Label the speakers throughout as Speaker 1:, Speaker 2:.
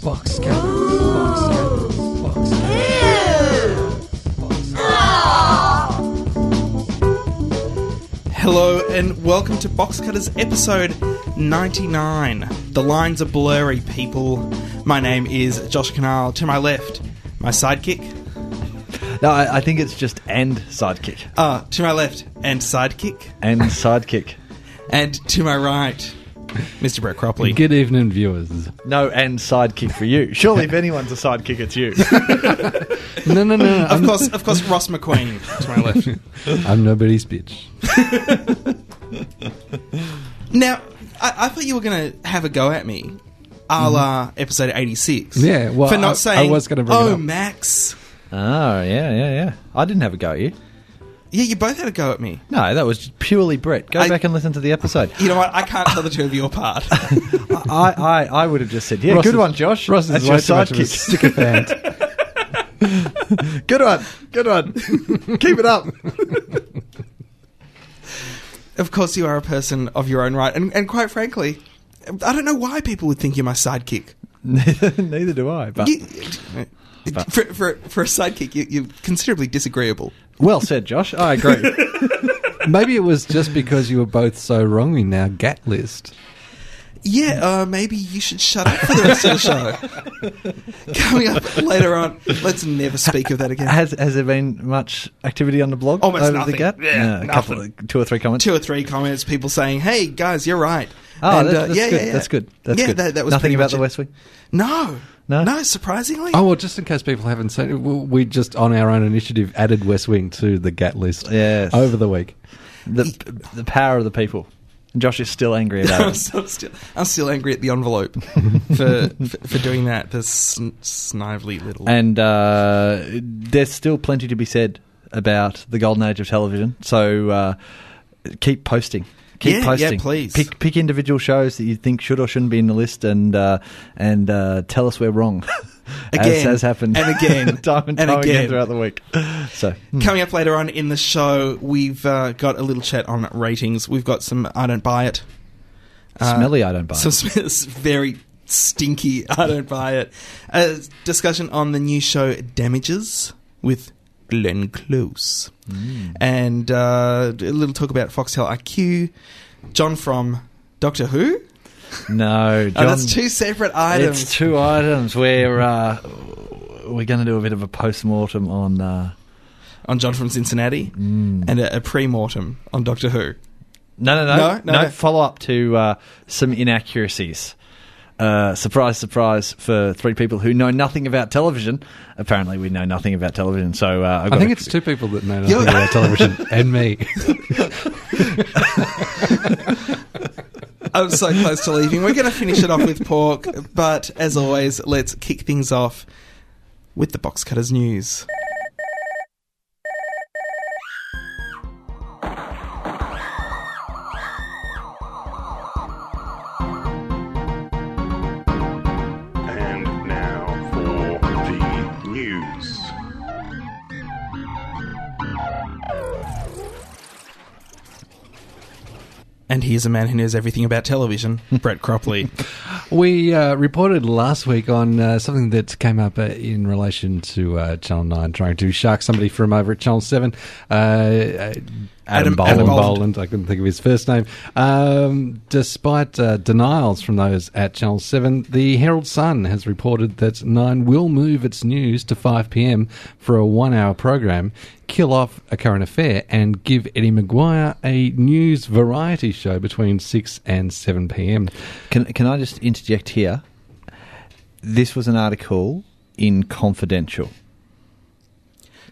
Speaker 1: Fox Cabin. Fox Cabin. Fox Cabin.
Speaker 2: Hello and welcome to Box Cutters episode 99. The lines are blurry, people. My name is Josh Canal. To my left, my sidekick.
Speaker 3: No, I, I think it's just and sidekick.
Speaker 2: Uh, to my left, and sidekick.
Speaker 3: And sidekick.
Speaker 2: And to my right, Mr. Brett Cropley.
Speaker 4: Good evening, viewers.
Speaker 3: No, and sidekick for you. Surely if anyone's a sidekick, it's you.
Speaker 4: No, no, no. no,
Speaker 2: Of
Speaker 4: I'm,
Speaker 2: course, of course, Ross McQueen to my left.
Speaker 4: I'm nobody's bitch.
Speaker 2: Now, I, I thought you were going to have a go at me, a la episode 86.
Speaker 4: Mm-hmm. Yeah, well,
Speaker 2: for not
Speaker 4: I- I
Speaker 2: saying,
Speaker 4: was gonna bring it
Speaker 2: oh,
Speaker 4: up."
Speaker 2: Max.
Speaker 3: oh, yeah, yeah, yeah. I didn't have a go at you.
Speaker 2: Yeah, you both had a go at me.
Speaker 3: No, that was just purely Brett. Go
Speaker 2: I-
Speaker 3: back and listen to the episode.
Speaker 2: You know what? I can't tell the two of you apart.
Speaker 3: I, I, I would have just said, yeah,
Speaker 4: Ross
Speaker 3: good
Speaker 4: is-
Speaker 3: one, Josh.
Speaker 4: Ross is
Speaker 3: That's
Speaker 4: way
Speaker 3: your
Speaker 4: too much of a
Speaker 3: sidekick.
Speaker 4: sycophant.
Speaker 3: Good one, good one. Keep it up.
Speaker 2: Of course, you are a person of your own right, and, and quite frankly, I don't know why people would think you're my sidekick.
Speaker 3: neither, neither do I. But
Speaker 2: You, for, for, for a sidekick, you, you're considerably disagreeable.
Speaker 3: well said, Josh. I agree.
Speaker 4: Maybe it was just because you were both so wrong in our GAT list.
Speaker 2: Yeah, uh, maybe you should shut up for the rest of the show. Coming up later on, let's never speak of that again.
Speaker 3: Has has there been much activity on the blog?
Speaker 2: Almost
Speaker 3: over
Speaker 2: nothing.
Speaker 3: The gap? Uh,
Speaker 2: Yeah,
Speaker 3: a couple, of- two or three comments.
Speaker 2: Two or three comments, people saying, "Hey guys, you're right."
Speaker 3: Oh,
Speaker 2: And,
Speaker 3: that-
Speaker 2: uh,
Speaker 3: that's,
Speaker 2: yeah,
Speaker 3: good.
Speaker 2: yeah, yeah.
Speaker 3: that's good. That's
Speaker 2: yeah,
Speaker 3: good.
Speaker 2: That, that was
Speaker 3: nothing
Speaker 2: pretty
Speaker 3: about
Speaker 2: much
Speaker 3: the
Speaker 2: it.
Speaker 3: West Wing.
Speaker 2: No,
Speaker 3: No?
Speaker 2: no. Surprisingly,
Speaker 4: Oh, well, just in case people haven't seen it, w- we just, on our own initiative, added West Wing to the GAT list
Speaker 3: Yes.
Speaker 4: over the week.
Speaker 3: The the power of the people. Josh is still angry about
Speaker 2: I'm,
Speaker 3: it.
Speaker 2: still, still, I'm still angry at the envelope for, for for doing that. The sn- snively little.
Speaker 3: And uh, there's still plenty to be said about the golden age of television. So uh, keep posting. Keep
Speaker 2: Yeah, yeah,
Speaker 3: posting.
Speaker 2: please.
Speaker 3: Pick, pick individual shows that you think should or shouldn't be in the list and uh, and uh, tell us we're wrong. as
Speaker 2: Again,
Speaker 3: has happened.
Speaker 2: and again,
Speaker 3: time and
Speaker 2: and
Speaker 3: time
Speaker 2: again.
Speaker 3: again throughout the week. So,
Speaker 2: Hmm. Coming up later on in the show, we've uh, got a little chat on ratings. We've got some I don't buy it. Uh,
Speaker 3: smelly, I don't buy.
Speaker 2: Some
Speaker 3: it.
Speaker 2: sm- it's very stinky I don't buy it. A discussion on the new show Damages with Glenn Close. And uh, a little talk about Foxtel IQ. John from Doctor Who?
Speaker 3: No,
Speaker 2: Oh,
Speaker 3: John,
Speaker 2: that's two separate items.
Speaker 3: It's two items. We're uh, we're going to do a bit of a post mortem on. Uh, mm.
Speaker 2: on John from Cincinnati and a, a pre-mortem on Doctor Who.
Speaker 3: no, no, no,
Speaker 2: No, no, no.
Speaker 3: Follow up to uh, some inaccuracies. Uh, surprise, surprise for three people who know nothing about television. Apparently, we know nothing about television. So uh, I've
Speaker 4: I
Speaker 3: got
Speaker 4: think
Speaker 3: a-
Speaker 4: it's two people that know
Speaker 2: You're-
Speaker 4: nothing about television and me.
Speaker 2: I'm so close to leaving. We're going to finish it off with pork, but as always, let's kick things off with the box cutters news.
Speaker 5: And now for the news.
Speaker 2: And here's a man who knows everything about television, Brett Cropley.
Speaker 4: We uh, reported last week on uh, something that came up uh, in relation to uh, Channel 9 trying to shark somebody from over at Channel 7. Uh, uh,
Speaker 2: Adam-
Speaker 4: Adam,
Speaker 2: Adam
Speaker 4: Boland.
Speaker 2: Boland.
Speaker 4: I couldn't think of his first name. Um, despite uh, denials from those at Channel 7, the Herald Sun has reported that 9 will move its news to 5 p.m. for a one hour program, kill off a current affair, and give Eddie Maguire a news variety show between 6 and 7 p.m.
Speaker 3: Can can I just interject here? This was an article in Confidential.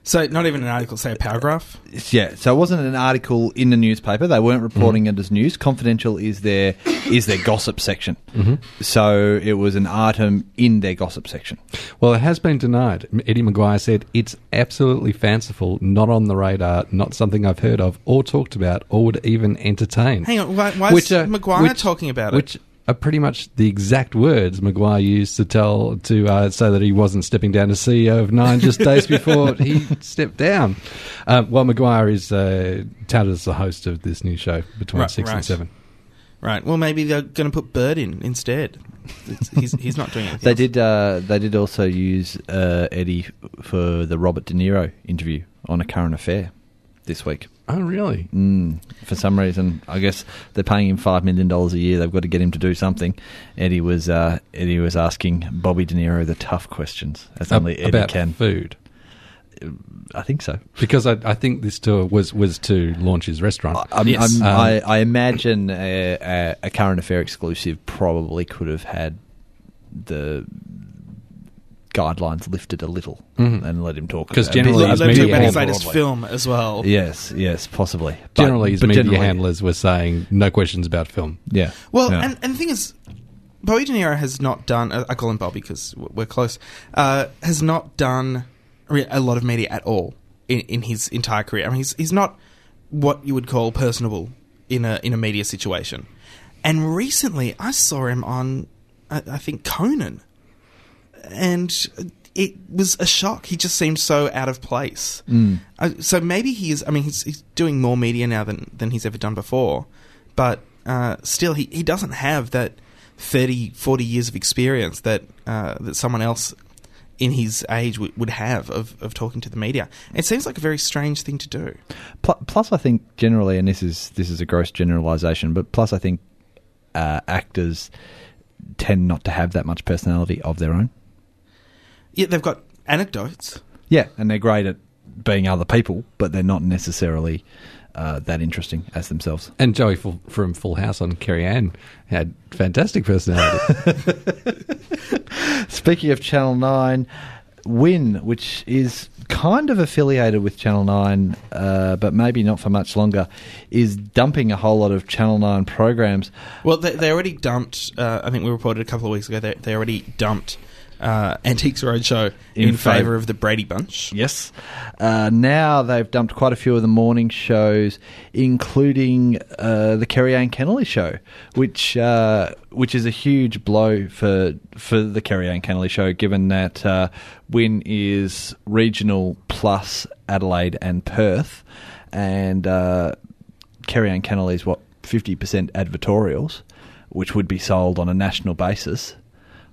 Speaker 2: so, not even an article, say a paragraph.
Speaker 3: Yeah, so it wasn't an article in the newspaper. They weren't reporting it as news. Confidential is their is their gossip section. So it was an item in their gossip section.
Speaker 4: Well, it has been denied. Eddie Maguire said it's absolutely fanciful, not on the radar, not something I've heard of or talked about or would even entertain.
Speaker 2: Hang on, why, why is
Speaker 4: uh,
Speaker 2: Maguire
Speaker 4: which-
Speaker 2: talking about it?
Speaker 4: Which are pretty much the exact words Maguire used to tell to uh, say that he wasn't stepping down as CEO of Nine just days before he stepped down. uh, Um, well, Maguire is uh, touted as the host of this new show between
Speaker 2: Right,
Speaker 4: six
Speaker 2: right.
Speaker 4: and seven.
Speaker 2: Right. Well, maybe they're going to put Bird in instead. It's- he's, he's not doing it.
Speaker 3: They did. Uh, they did also use uh, Eddie f- for the Robert De Niro interview on a current affair this week.
Speaker 4: Oh, really?
Speaker 3: Mm, for some reason, I guess they're paying him five million dollars a year. They've got to get him to do something. Eddie was uh, Eddie was asking Bobby De Niro the tough questions, as only
Speaker 4: Ab-
Speaker 3: Eddie
Speaker 4: about
Speaker 3: can.
Speaker 4: food.
Speaker 3: I think so.
Speaker 4: Because I, I think this tour was, was to launch his
Speaker 3: I,
Speaker 4: restaurant.
Speaker 3: I'm,
Speaker 2: Yes.
Speaker 3: I'm-
Speaker 4: Um,
Speaker 3: I, I imagine a, a, a current affair exclusive probably could have had the guidelines lifted a little
Speaker 4: Mhm.
Speaker 3: and let him talk
Speaker 4: 'Cause
Speaker 3: a bit
Speaker 4: generally
Speaker 2: Let,
Speaker 4: his
Speaker 2: let me
Speaker 4: media
Speaker 2: talk about his
Speaker 4: handle,
Speaker 2: latest film as well.
Speaker 3: Yes, yes, possibly. But-
Speaker 4: generally, his
Speaker 3: but
Speaker 4: media
Speaker 3: generally-
Speaker 4: handlers were saying no questions about film.
Speaker 3: Yeah.
Speaker 2: Well,
Speaker 3: yeah.
Speaker 2: and, and the thing is, Bobby De Niro has not done. I call him Bobby because we're close. Uh, has not done re- a lot of media at all in, in his entire career. I mean, he's he's not what you would call personable in a in a media situation. And recently, I saw him on, I, I think Conan, and it was a shock. He just seemed so out of place.
Speaker 3: Mm.
Speaker 2: Uh, so maybe he is. I mean, he's, he's doing more media now than, than he's ever done before, but uh, still, he, he doesn't have that 30, 40 years of experience that uh, that someone else in his age would would have of, of talking to the media. It seems like a very strange thing to do.
Speaker 3: Pl- plus, I think generally, and this is this is a gross generalization, but plus, I think uh, actors tend not to have that much personality of their own.
Speaker 2: Yeah, they've got anecdotes.
Speaker 3: Yeah, and they're great at being other people, but they're not necessarily uh, that interesting as themselves.
Speaker 4: And Joey Fu- from Full House on Carrie Ann had fantastic personality.
Speaker 3: Speaking of Channel Nine, Win, which is kind of affiliated with Channel Nine, uh, but maybe not for much longer, is dumping a whole lot of Channel Nine programs.
Speaker 2: Well, they, they already dumped. Uh, I think we reported a couple of weeks ago. They they already dumped uh, Antiques Roadshow in,
Speaker 3: In fav-
Speaker 2: favor of the Brady Bunch.
Speaker 3: Yes. Uh, now they've dumped quite a few of the morning shows, including uh, the Kerry Ann Kennelly show, which uh, which is a huge blow for for the Kerry Ann Kennelly show, given that uh, Win is regional plus Adelaide and Perth, and uh, Kerry Ann Kennelly is what fifty percent advertorials, which would be sold on a national basis.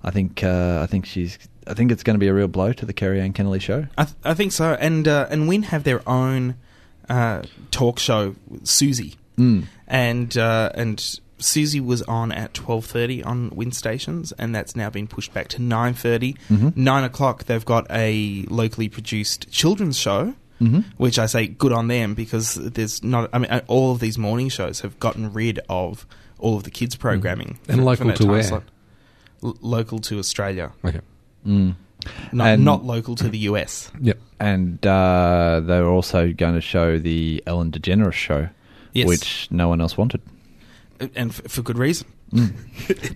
Speaker 3: I think uh, I think she's. I think it's going to be a real blow to the Kerry Ann Kennelly show.
Speaker 2: I, th- I think so. And uh, and Win have their own uh, talk show, Susie,
Speaker 3: Mm.
Speaker 2: and uh, and Susie was on at twelve thirty on Win stations, and that's now been pushed back to nine
Speaker 4: Mm-hmm.
Speaker 3: Mhm.
Speaker 2: Nine o'clock, they've got a locally produced children's show.
Speaker 3: Mhm.
Speaker 2: Which I say good on them because there's not. I mean, uh, all of these morning shows have gotten rid of all of the kids programming
Speaker 4: Mm. And
Speaker 2: from
Speaker 4: local
Speaker 2: that
Speaker 4: to
Speaker 2: time
Speaker 4: where?
Speaker 2: slot. L- local to Australia,
Speaker 4: okay.
Speaker 3: Mm.
Speaker 2: not,
Speaker 3: And-
Speaker 2: not local to the US.
Speaker 4: Yep.
Speaker 3: And uh, they were also going to show the Ellen DeGeneres show,
Speaker 2: Yes.
Speaker 3: which no one else wanted. Mm.
Speaker 2: and f- for good reason.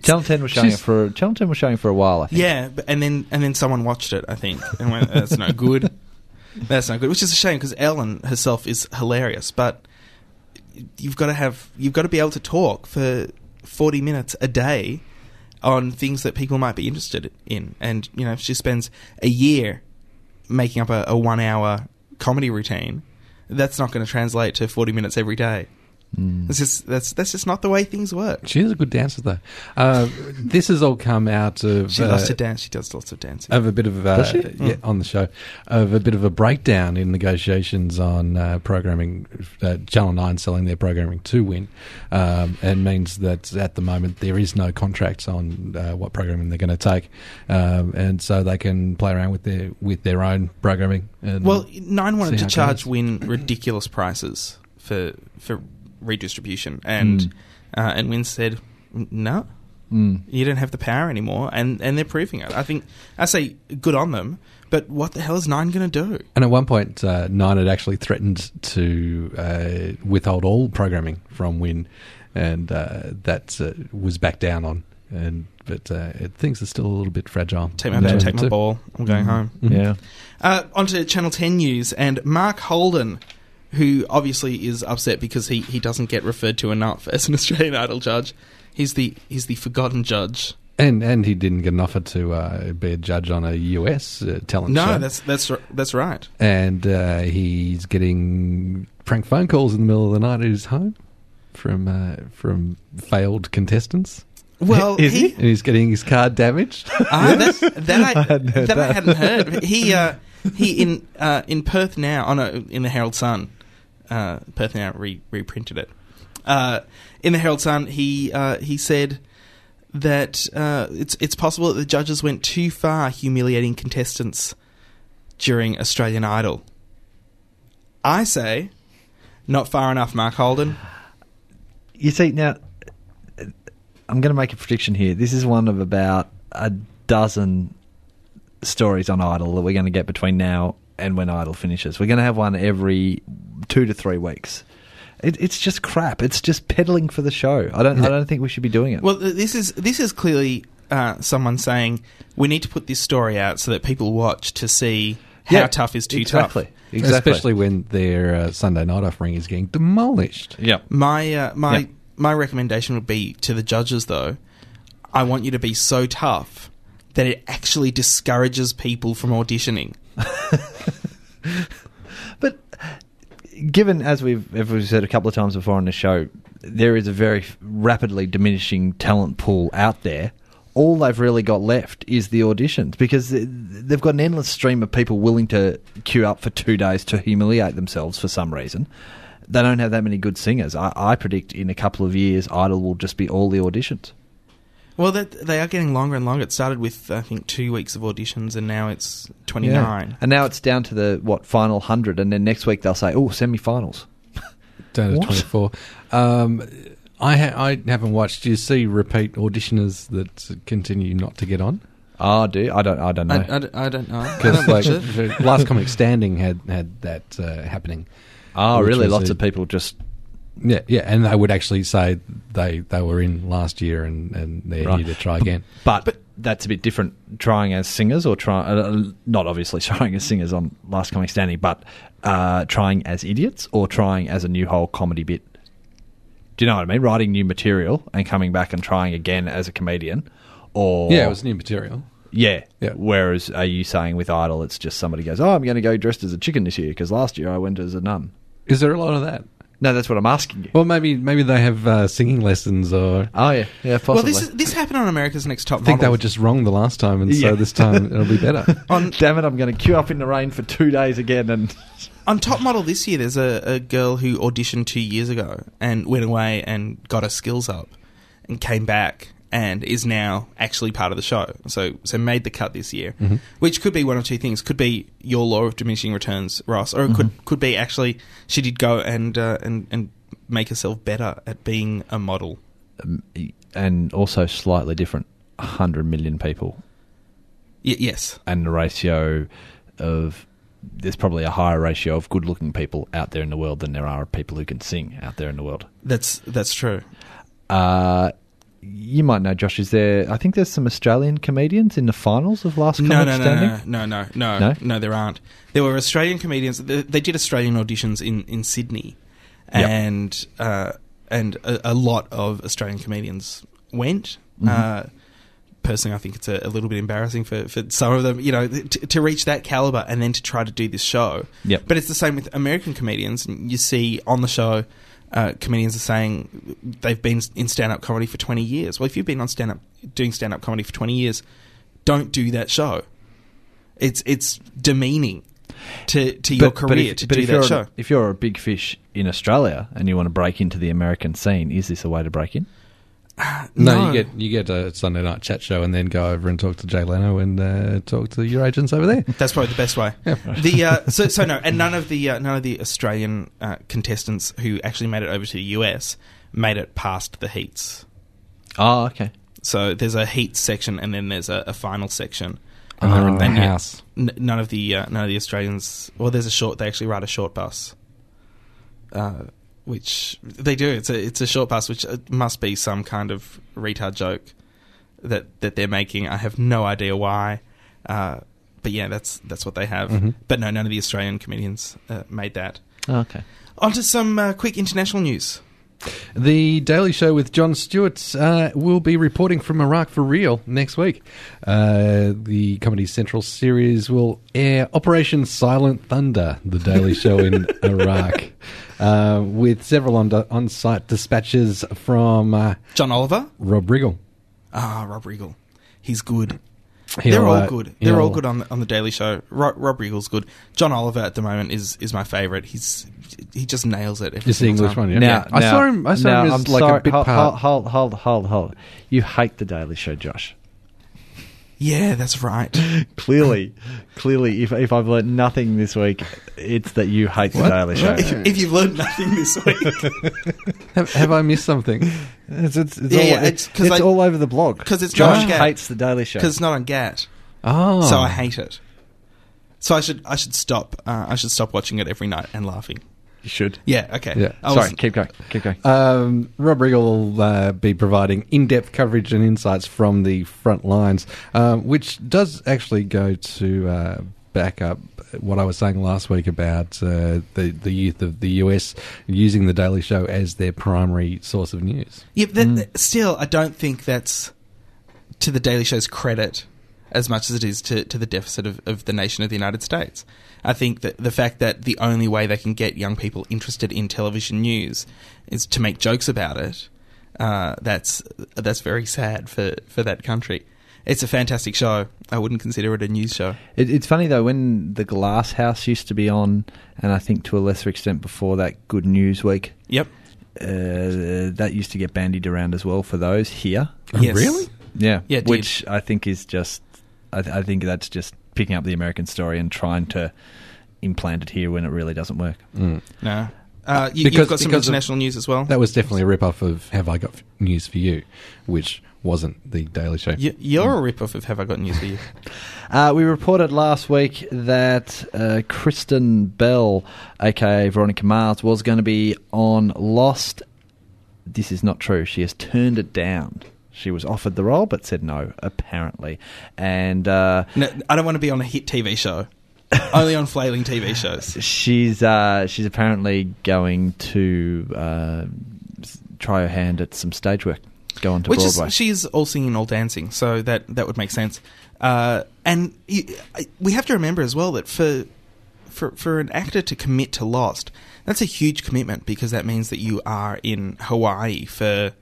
Speaker 3: Channel Ten was showing it
Speaker 4: She's-
Speaker 3: for Channel Ten was showing it for a while. I think.
Speaker 2: Yeah, but, and then and then someone watched it, I think, and went, "That's no good. That's no good." Which is a shame because Ellen herself is hilarious, but you've got to have you've got to be able to talk for forty minutes a day on things that people might be interested in, and you know, if she spends a year making up a, a one-hour comedy routine, that's not going to translate to forty minutes every day.
Speaker 3: Mm.
Speaker 2: It's just that's that's just not the way things work.
Speaker 4: She is a good dancer, though. Uh, this has all come out of.
Speaker 2: She
Speaker 4: uh,
Speaker 2: loves to dance. She does lots of dancing.
Speaker 4: Of a bit of uh,
Speaker 3: Does she? Hmm.
Speaker 4: yeah, on the show, of a bit of a breakdown in negotiations on uh, programming, uh, Channel Nine selling their programming to Win, um, and means that at the moment there is no contracts on uh, what programming they're going to take, um, and so they can play around with their with their own programming. And
Speaker 2: Well, Nine wanted
Speaker 4: see
Speaker 2: to
Speaker 4: how it
Speaker 2: charge
Speaker 4: goes.
Speaker 2: Win ridiculous prices for for redistribution, and
Speaker 4: Hmm.
Speaker 3: Mm.
Speaker 2: uh, and Win said, "N- "No,
Speaker 3: Mm.
Speaker 2: you don't have the power anymore," and and they're proving it. I think I say good on them, but what the hell is Nine going to do?
Speaker 4: And at one point, uh, Nine had actually threatened to uh, withhold all programming from Win, and uh, that uh, was back down on. And but uh, it, things are still a little bit fragile. Mm-hmm.
Speaker 2: Take my
Speaker 3: No.
Speaker 2: take my
Speaker 4: Too.
Speaker 2: ball.
Speaker 4: Hmm.
Speaker 2: I'm going home.
Speaker 3: Yeah.
Speaker 2: Uh, onto Channel 10 news and Mark Holden, who obviously is upset because he, he doesn't get referred to enough as an Australian Idol judge. He's the he's the forgotten judge.
Speaker 4: And and he didn't get an offer to uh, be a judge on a US uh, talent
Speaker 2: No,
Speaker 4: show.
Speaker 2: that's that's r- that's right.
Speaker 4: and uh, he's getting prank phone calls in the middle of the night at his home. from uh, from failed contestants.
Speaker 2: Well,
Speaker 4: is
Speaker 2: he-
Speaker 4: he? And he's getting his car damaged.
Speaker 2: Ah, that, that, I,
Speaker 4: hadn't
Speaker 2: that,
Speaker 4: heard
Speaker 2: I
Speaker 4: that.
Speaker 2: hadn't heard. He uh, he in uh, in Perth now on a, in the Herald Sun. Uh, Perth now re- reprinted it. Uh, in the Herald Sun, he uh, he said that uh, it's it's possible that the judges went too far humiliating contestants during Australian Idol. I say, not far enough, Mark Holden.
Speaker 3: You see, now I'm going to make a prediction here. This is one of about a dozen stories on Idol that we're going to get between now and when Idol finishes. We're going to have one every two to three weeks. It, it's just crap. It's just peddling for the show. I don't. I don't think we should be doing it.
Speaker 2: Well, th- this is this is clearly uh, someone saying we need to put this story out so that people watch to see how
Speaker 3: Yeah,
Speaker 2: tough is too
Speaker 3: exactly.
Speaker 2: tough.
Speaker 3: Exactly.
Speaker 4: Especially when their uh, Sunday night offering is getting demolished.
Speaker 3: Yeah.
Speaker 2: My uh, my
Speaker 3: Yeah.
Speaker 2: my recommendation would be to the judges though. I want you to be so tough that it actually discourages people from auditioning.
Speaker 3: But given, as we've, as we've said a couple of times before on the show, there is a very rapidly diminishing talent pool out there. All they've really got left is the auditions because th- they've got an endless stream of people willing to queue up for two days to humiliate themselves for some reason. They don't have that many good singers. I, I predict in a couple of years, Idol will just be all the auditions.
Speaker 2: Well, that, they are getting longer and longer. It started with I think two weeks of auditions, and now it's twenty nine.
Speaker 3: And now it's down to the, what, final 100. And then next week they'll say, oh, semi finals.
Speaker 4: Down to
Speaker 3: What?
Speaker 4: 24. Um, I, ha- I haven't watched. Do you see repeat auditioners that continue not to get on?
Speaker 3: Oh, do I don't I don't know.
Speaker 2: I, I d- I don't know. I
Speaker 4: Because
Speaker 2: don't watch it.
Speaker 4: like, last comic standing had had that uh, happening.
Speaker 3: oh,
Speaker 4: which
Speaker 3: really?
Speaker 4: was
Speaker 3: Lots
Speaker 4: a-
Speaker 3: of people just
Speaker 4: Yeah, yeah, and they would actually say they they were in last year and and they're
Speaker 3: Right.
Speaker 4: here to try again.
Speaker 3: But, that's a bit different. Trying as singers, or try uh, not obviously trying as singers on Last Comic Standing, but uh, trying as idiots or trying as a new whole comedy bit. Do you know what I mean? Writing new material and coming back and trying again as a comedian, or
Speaker 4: Yeah, it was new material.
Speaker 3: yeah.
Speaker 4: Yeah.
Speaker 3: Whereas, are you saying with Idol, it's just somebody goes, "Oh, I'm going to go dressed as a chicken this year because last year I went as a nun."
Speaker 4: Is there a lot of that?
Speaker 3: No, that's what I'm asking you.
Speaker 4: Well, maybe maybe they have uh, singing lessons, or
Speaker 3: oh yeah, yeah, possibly.
Speaker 2: Well, this is, this happened on America's Next Top
Speaker 4: I think they
Speaker 2: Model.
Speaker 4: were just wrong the last time, and
Speaker 3: Yeah.
Speaker 4: so this time it'll be better.
Speaker 2: on
Speaker 3: Damn it! I'm going to queue up in the rain for two days again and.
Speaker 2: On Top Model this year, there's a, a girl who auditioned two years ago and went away and got her skills up and came back and is now actually part of the show. So, so made the cut this year, which could be one of two things. Could be your law of diminishing returns, Ross, or it could could be actually she did go and uh, and and make herself better at being a model.
Speaker 3: Um, and also slightly different 100 million people
Speaker 2: Y- yes,
Speaker 3: and the ratio of there's probably a higher ratio of good looking people out there in the world than there are people who can sing out there in the world
Speaker 2: that's that's true.
Speaker 3: uh, you might know josh is there i think there's some australian comedians in the finals of last
Speaker 2: No
Speaker 3: comic
Speaker 2: no, no,
Speaker 3: standing
Speaker 2: no, no, no, no,
Speaker 3: No?
Speaker 2: no, there aren't. There were Australian comedians. They, they did Australian auditions in in Sydney,
Speaker 3: Yep.
Speaker 2: and uh, and a, a lot of Australian comedians went.
Speaker 3: Mm-hmm.
Speaker 2: Uh, personally, I think it's a, a little bit embarrassing for, for some of them, you know, th- to, to reach that caliber and then to try to do this show.
Speaker 3: Yep.
Speaker 2: But it's the same with American comedians. You see on the show. Uh, comedians are saying they've been in stand-up comedy for 20 years. Well, if you've been on stand-up doing stand-up comedy for 20 years, don't do that show. It's it's demeaning to to your career to do that
Speaker 3: you're
Speaker 2: show.
Speaker 3: A, if you're a big fish in australia and you want to break into the american scene is this a way to break in
Speaker 4: No, you get you get a Sunday night chat show, and then go over and talk to Jay Leno and uh, talk to your agents over there.
Speaker 2: That's probably the best way. The uh, so so no, and none of the uh, none of the Australian uh, contestants who actually made it over to the US made it past the heats.
Speaker 3: oh okay
Speaker 2: So there's a heat section and then there's a, a final section.
Speaker 4: And
Speaker 3: Ah,
Speaker 4: they're
Speaker 3: Oh,
Speaker 4: in the
Speaker 2: And yet-
Speaker 4: house.
Speaker 2: N- none of the uh, none of the Australians. Well, there's a short. They actually ride a short bus, uh, which they do. It's a it's a short bus, which uh, must be some kind of retard joke that that they're making. I have no idea why, uh, but yeah, that's that's what they have.
Speaker 4: Mhm.
Speaker 2: But no, none of the Australian comedians uh, made that.
Speaker 3: oh, okay
Speaker 2: On to some uh, quick international news.
Speaker 4: The Daily Show with John Stewart uh, will be reporting from Iraq for real next week. Uh, the Comedy Central series will air Operation Silent Thunder, the Daily Show in Iraq. uh, with several on, on site dispatches from uh,
Speaker 2: John Oliver?
Speaker 4: Rob Riggle.
Speaker 2: Ah, Rob Riggle. He's good.
Speaker 4: He'll,
Speaker 2: They're all
Speaker 4: uh,
Speaker 2: good. They're all
Speaker 4: he'll-
Speaker 2: good on the, on the Daily Show. Rob, Rob Riggle's good. John Oliver at the moment is is my favorite. He's he just nails it. Every
Speaker 4: It's the
Speaker 2: single
Speaker 4: English
Speaker 2: time.
Speaker 4: one, yeah.
Speaker 3: Now,
Speaker 4: I
Speaker 3: now-
Speaker 4: saw him. I saw
Speaker 3: now,
Speaker 4: him as
Speaker 3: I'm
Speaker 4: like
Speaker 3: sorry,
Speaker 4: a bit
Speaker 3: hold,
Speaker 4: part.
Speaker 3: Hold, hold, hold, hold, You hate the Daily Show, Josh.
Speaker 2: Yeah, that's right.
Speaker 3: Clearly, clearly, if if I've learned nothing this week, it's that you hate the Daily Show.
Speaker 2: if, if you've learned nothing this week,
Speaker 4: Have, have I missed something?
Speaker 3: It's, it's, it's
Speaker 2: Yeah,
Speaker 3: all,
Speaker 2: yeah,
Speaker 3: it's,
Speaker 2: it's 'cause
Speaker 3: it's
Speaker 2: I-
Speaker 3: all over the blog.
Speaker 2: 'cause it's
Speaker 3: Josh
Speaker 2: not-
Speaker 3: hates the Daily Show.
Speaker 2: because it's not on GAT,
Speaker 4: Oh,
Speaker 2: so I hate it. So I should I should stop uh, I should stop watching it every night and laughing.
Speaker 3: You should.
Speaker 2: Yeah, okay.
Speaker 4: Yeah.
Speaker 2: I
Speaker 3: Sorry,
Speaker 2: wasn't-
Speaker 3: keep going. Keep going.
Speaker 4: Um, Rob Riggle will uh, be providing in depth coverage and insights from the front lines, um, which does actually go to uh, back up what I was saying last week about uh, the, the youth of the US using The Daily Show as their primary source of news.
Speaker 2: Yeah, but that, that- still, I don't think that's to the Daily Show's credit as much as it is to, to the deficit of, of the nation of the United States. I think that the fact that the only way they can get young people interested in television news is to make jokes about it. Uh, that's that's very sad for, for that country. It's a fantastic show. I wouldn't consider it a news show.
Speaker 3: It, it's funny though when the Glass House used to be on, and I think to a lesser extent before that, Good News Week.
Speaker 2: Yep.
Speaker 3: Uh, that used to get bandied around as well for those here.
Speaker 2: Yes.
Speaker 4: really?
Speaker 3: Yeah,
Speaker 2: Yeah, it did.
Speaker 3: which I think is just, I, th- I think that's just picking up the American story and trying to implant it here when it really doesn't work.
Speaker 2: No. Uh, you,
Speaker 4: Because-
Speaker 2: you've got some
Speaker 4: because of-
Speaker 2: international news as well.
Speaker 4: That was definitely a rip off of Have I Got F- News for You, which wasn't The Daily Show. Mm.
Speaker 2: You, you're a rip off of Have I Got News for You?
Speaker 3: Uh, we reported last week that uh, Kristen Bell, aka Veronica Mars, was going to be on Lost. This is not true. She has turned it down. She was offered the role but said no, apparently. And uh,
Speaker 2: No, I don't want to be on a hit TV show. Only on flailing TV shows.
Speaker 3: she's uh, she's apparently going to uh, s- try her hand at some stage work, go on to
Speaker 2: Which
Speaker 3: Broadway.
Speaker 2: is she's all singing, all dancing, so that that would make sense. Uh, and you, I- we have to remember as well that for for for an actor to commit to Lost, that's a huge commitment because that means that you are in Hawaii for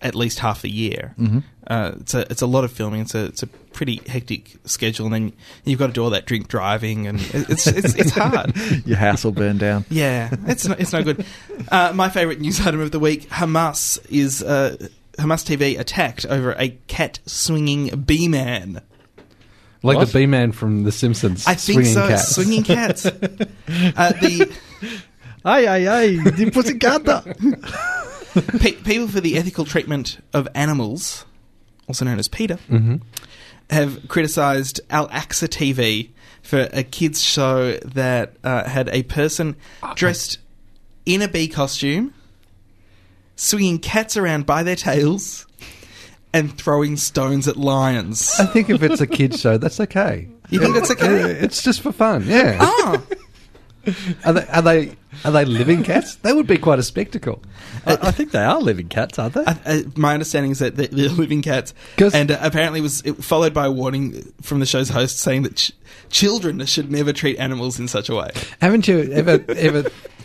Speaker 2: at least half the year.
Speaker 3: Mhm.
Speaker 2: Uh, it's a it's a lot of filming. It's a it's a pretty hectic schedule, and then you've got to do all that drink driving, and it's it's it's hard.
Speaker 3: Your house will burn down.
Speaker 2: Yeah, it's no, it's no good. Uh, my favorite news item of the week: Hamas is uh, Hamas TV attacked over a cat swinging bee man.
Speaker 4: Like
Speaker 3: What?
Speaker 4: the B Man from The Simpsons.
Speaker 2: I think
Speaker 4: swinging
Speaker 2: so.
Speaker 4: cats.
Speaker 2: Swinging cats. uh, the
Speaker 3: Aye, aye, aye. Die Pussycata.
Speaker 2: pe- people for the ethical treatment of animals, also known as PETA,
Speaker 4: Mhm.
Speaker 2: have criticised Al Aqsa TV for a kids show that uh, had a person dressed in a bee costume, swinging cats around by their tails, and throwing stones at lions.
Speaker 4: I think if it's a kids show, that's okay.
Speaker 2: You think that's okay?
Speaker 4: Yeah, It's just for fun. Yeah.
Speaker 2: Ah,
Speaker 4: Are they, are they are they living cats? That would be quite a spectacle.
Speaker 3: I, I think they are living cats, aren't they?
Speaker 2: I, I, Uh, my understanding is that they're, they're living cats,
Speaker 4: 'Cause-
Speaker 2: and uh, apparently was it followed by a warning from the show's host saying that ch- children should never treat animals in such a way.
Speaker 4: Haven't you ever ever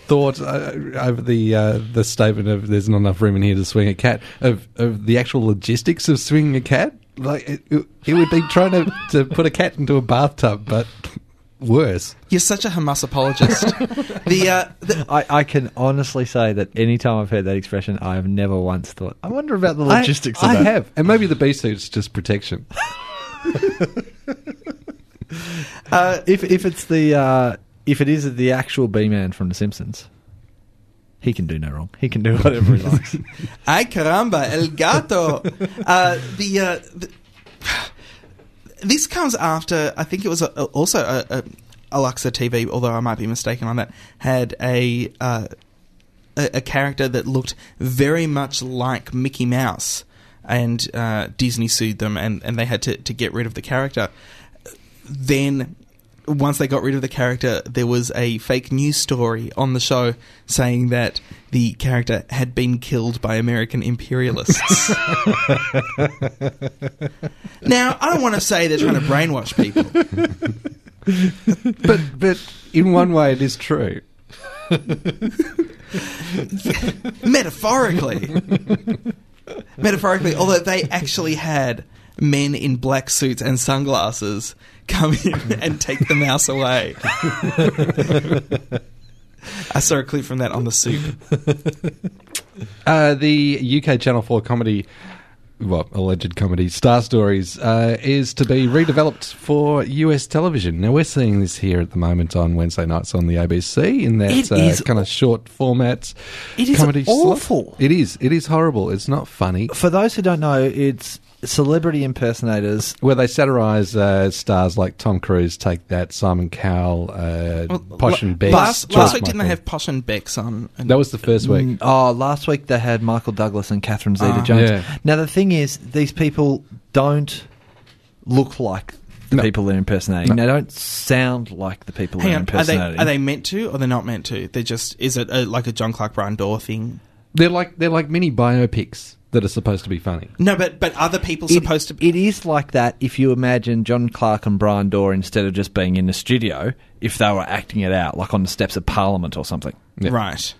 Speaker 4: thought uh, over the uh, the statement of "there's not enough room in here to swing a cat" of of the actual logistics of swinging a cat? Like it, it, it would be trying to, to put a cat into a bathtub, but worse.
Speaker 2: You're such a Hamas apologist. the, uh, the
Speaker 3: I, I can honestly say that any time I've heard that expression, I have never once thought. I wonder about the logistics
Speaker 4: I,
Speaker 3: of
Speaker 4: I
Speaker 3: that.
Speaker 4: have, and maybe the bee suit's just protection.
Speaker 2: uh,
Speaker 3: If if it's the uh, if it is the actual B man from The Simpsons, he can do no wrong. He can do whatever he likes.
Speaker 2: Ay caramba, el gato. uh, the, uh, the this comes after I think it was a, a- also a, a Alexa TV, although I might be mistaken on that, had a, uh, a a character that looked very much like Mickey Mouse, and uh, Disney sued them, and, and they had to, to get rid of the character. Then. Once they got rid of the character, there was a fake news story on the show saying that the character had been killed by American imperialists. Now, I don't want to say they're trying to brainwash people.
Speaker 4: But but in one way, it is true.
Speaker 2: metaphorically. metaphorically, although they actually had men in black suits and sunglasses come in and take the mouse away. I saw a clip from that on the soup.
Speaker 4: Uh, the UK Channel 4 comedy, well, alleged comedy, Star Stories, uh, is to be redeveloped for US television. Now, we're seeing this here at the moment on Wednesday nights on the ABC in that
Speaker 2: It
Speaker 4: uh,
Speaker 2: is-
Speaker 4: kind of short format
Speaker 2: It is
Speaker 4: comedy slot.
Speaker 3: awful.
Speaker 4: It is. It is horrible. It's not funny.
Speaker 3: For those who don't know, it's celebrity impersonators.
Speaker 4: Where they satirise uh, stars like Tom Cruise, Take That, Simon Cowell, uh, Posh and Beck.
Speaker 2: Last,
Speaker 4: George
Speaker 2: last week, didn't they
Speaker 4: Michael.
Speaker 2: have Posh and Becks on? And
Speaker 4: That was the first week.
Speaker 3: Oh, last week they had Michael Douglas and Catherine
Speaker 2: Ah.
Speaker 3: Zeta-Jones.
Speaker 4: Yeah.
Speaker 3: Now the thing is, these people don't look like the
Speaker 4: No.
Speaker 3: people they're impersonating. They don't sound like the people
Speaker 2: Hang
Speaker 3: they're
Speaker 2: on, are they,
Speaker 3: impersonating.
Speaker 2: are they meant to or they're not meant to? They're just, is it a, like a John Clark Bryan Door thing?
Speaker 4: They're like they're like mini biopics that are supposed to be funny.
Speaker 2: No, but but other people
Speaker 3: It-
Speaker 2: supposed to be.
Speaker 3: It is like that if you imagine John Clark and Brian Dore instead of just being in the studio, if they were acting it out, like on the steps of Parliament or something.
Speaker 4: Yeah.
Speaker 2: Right,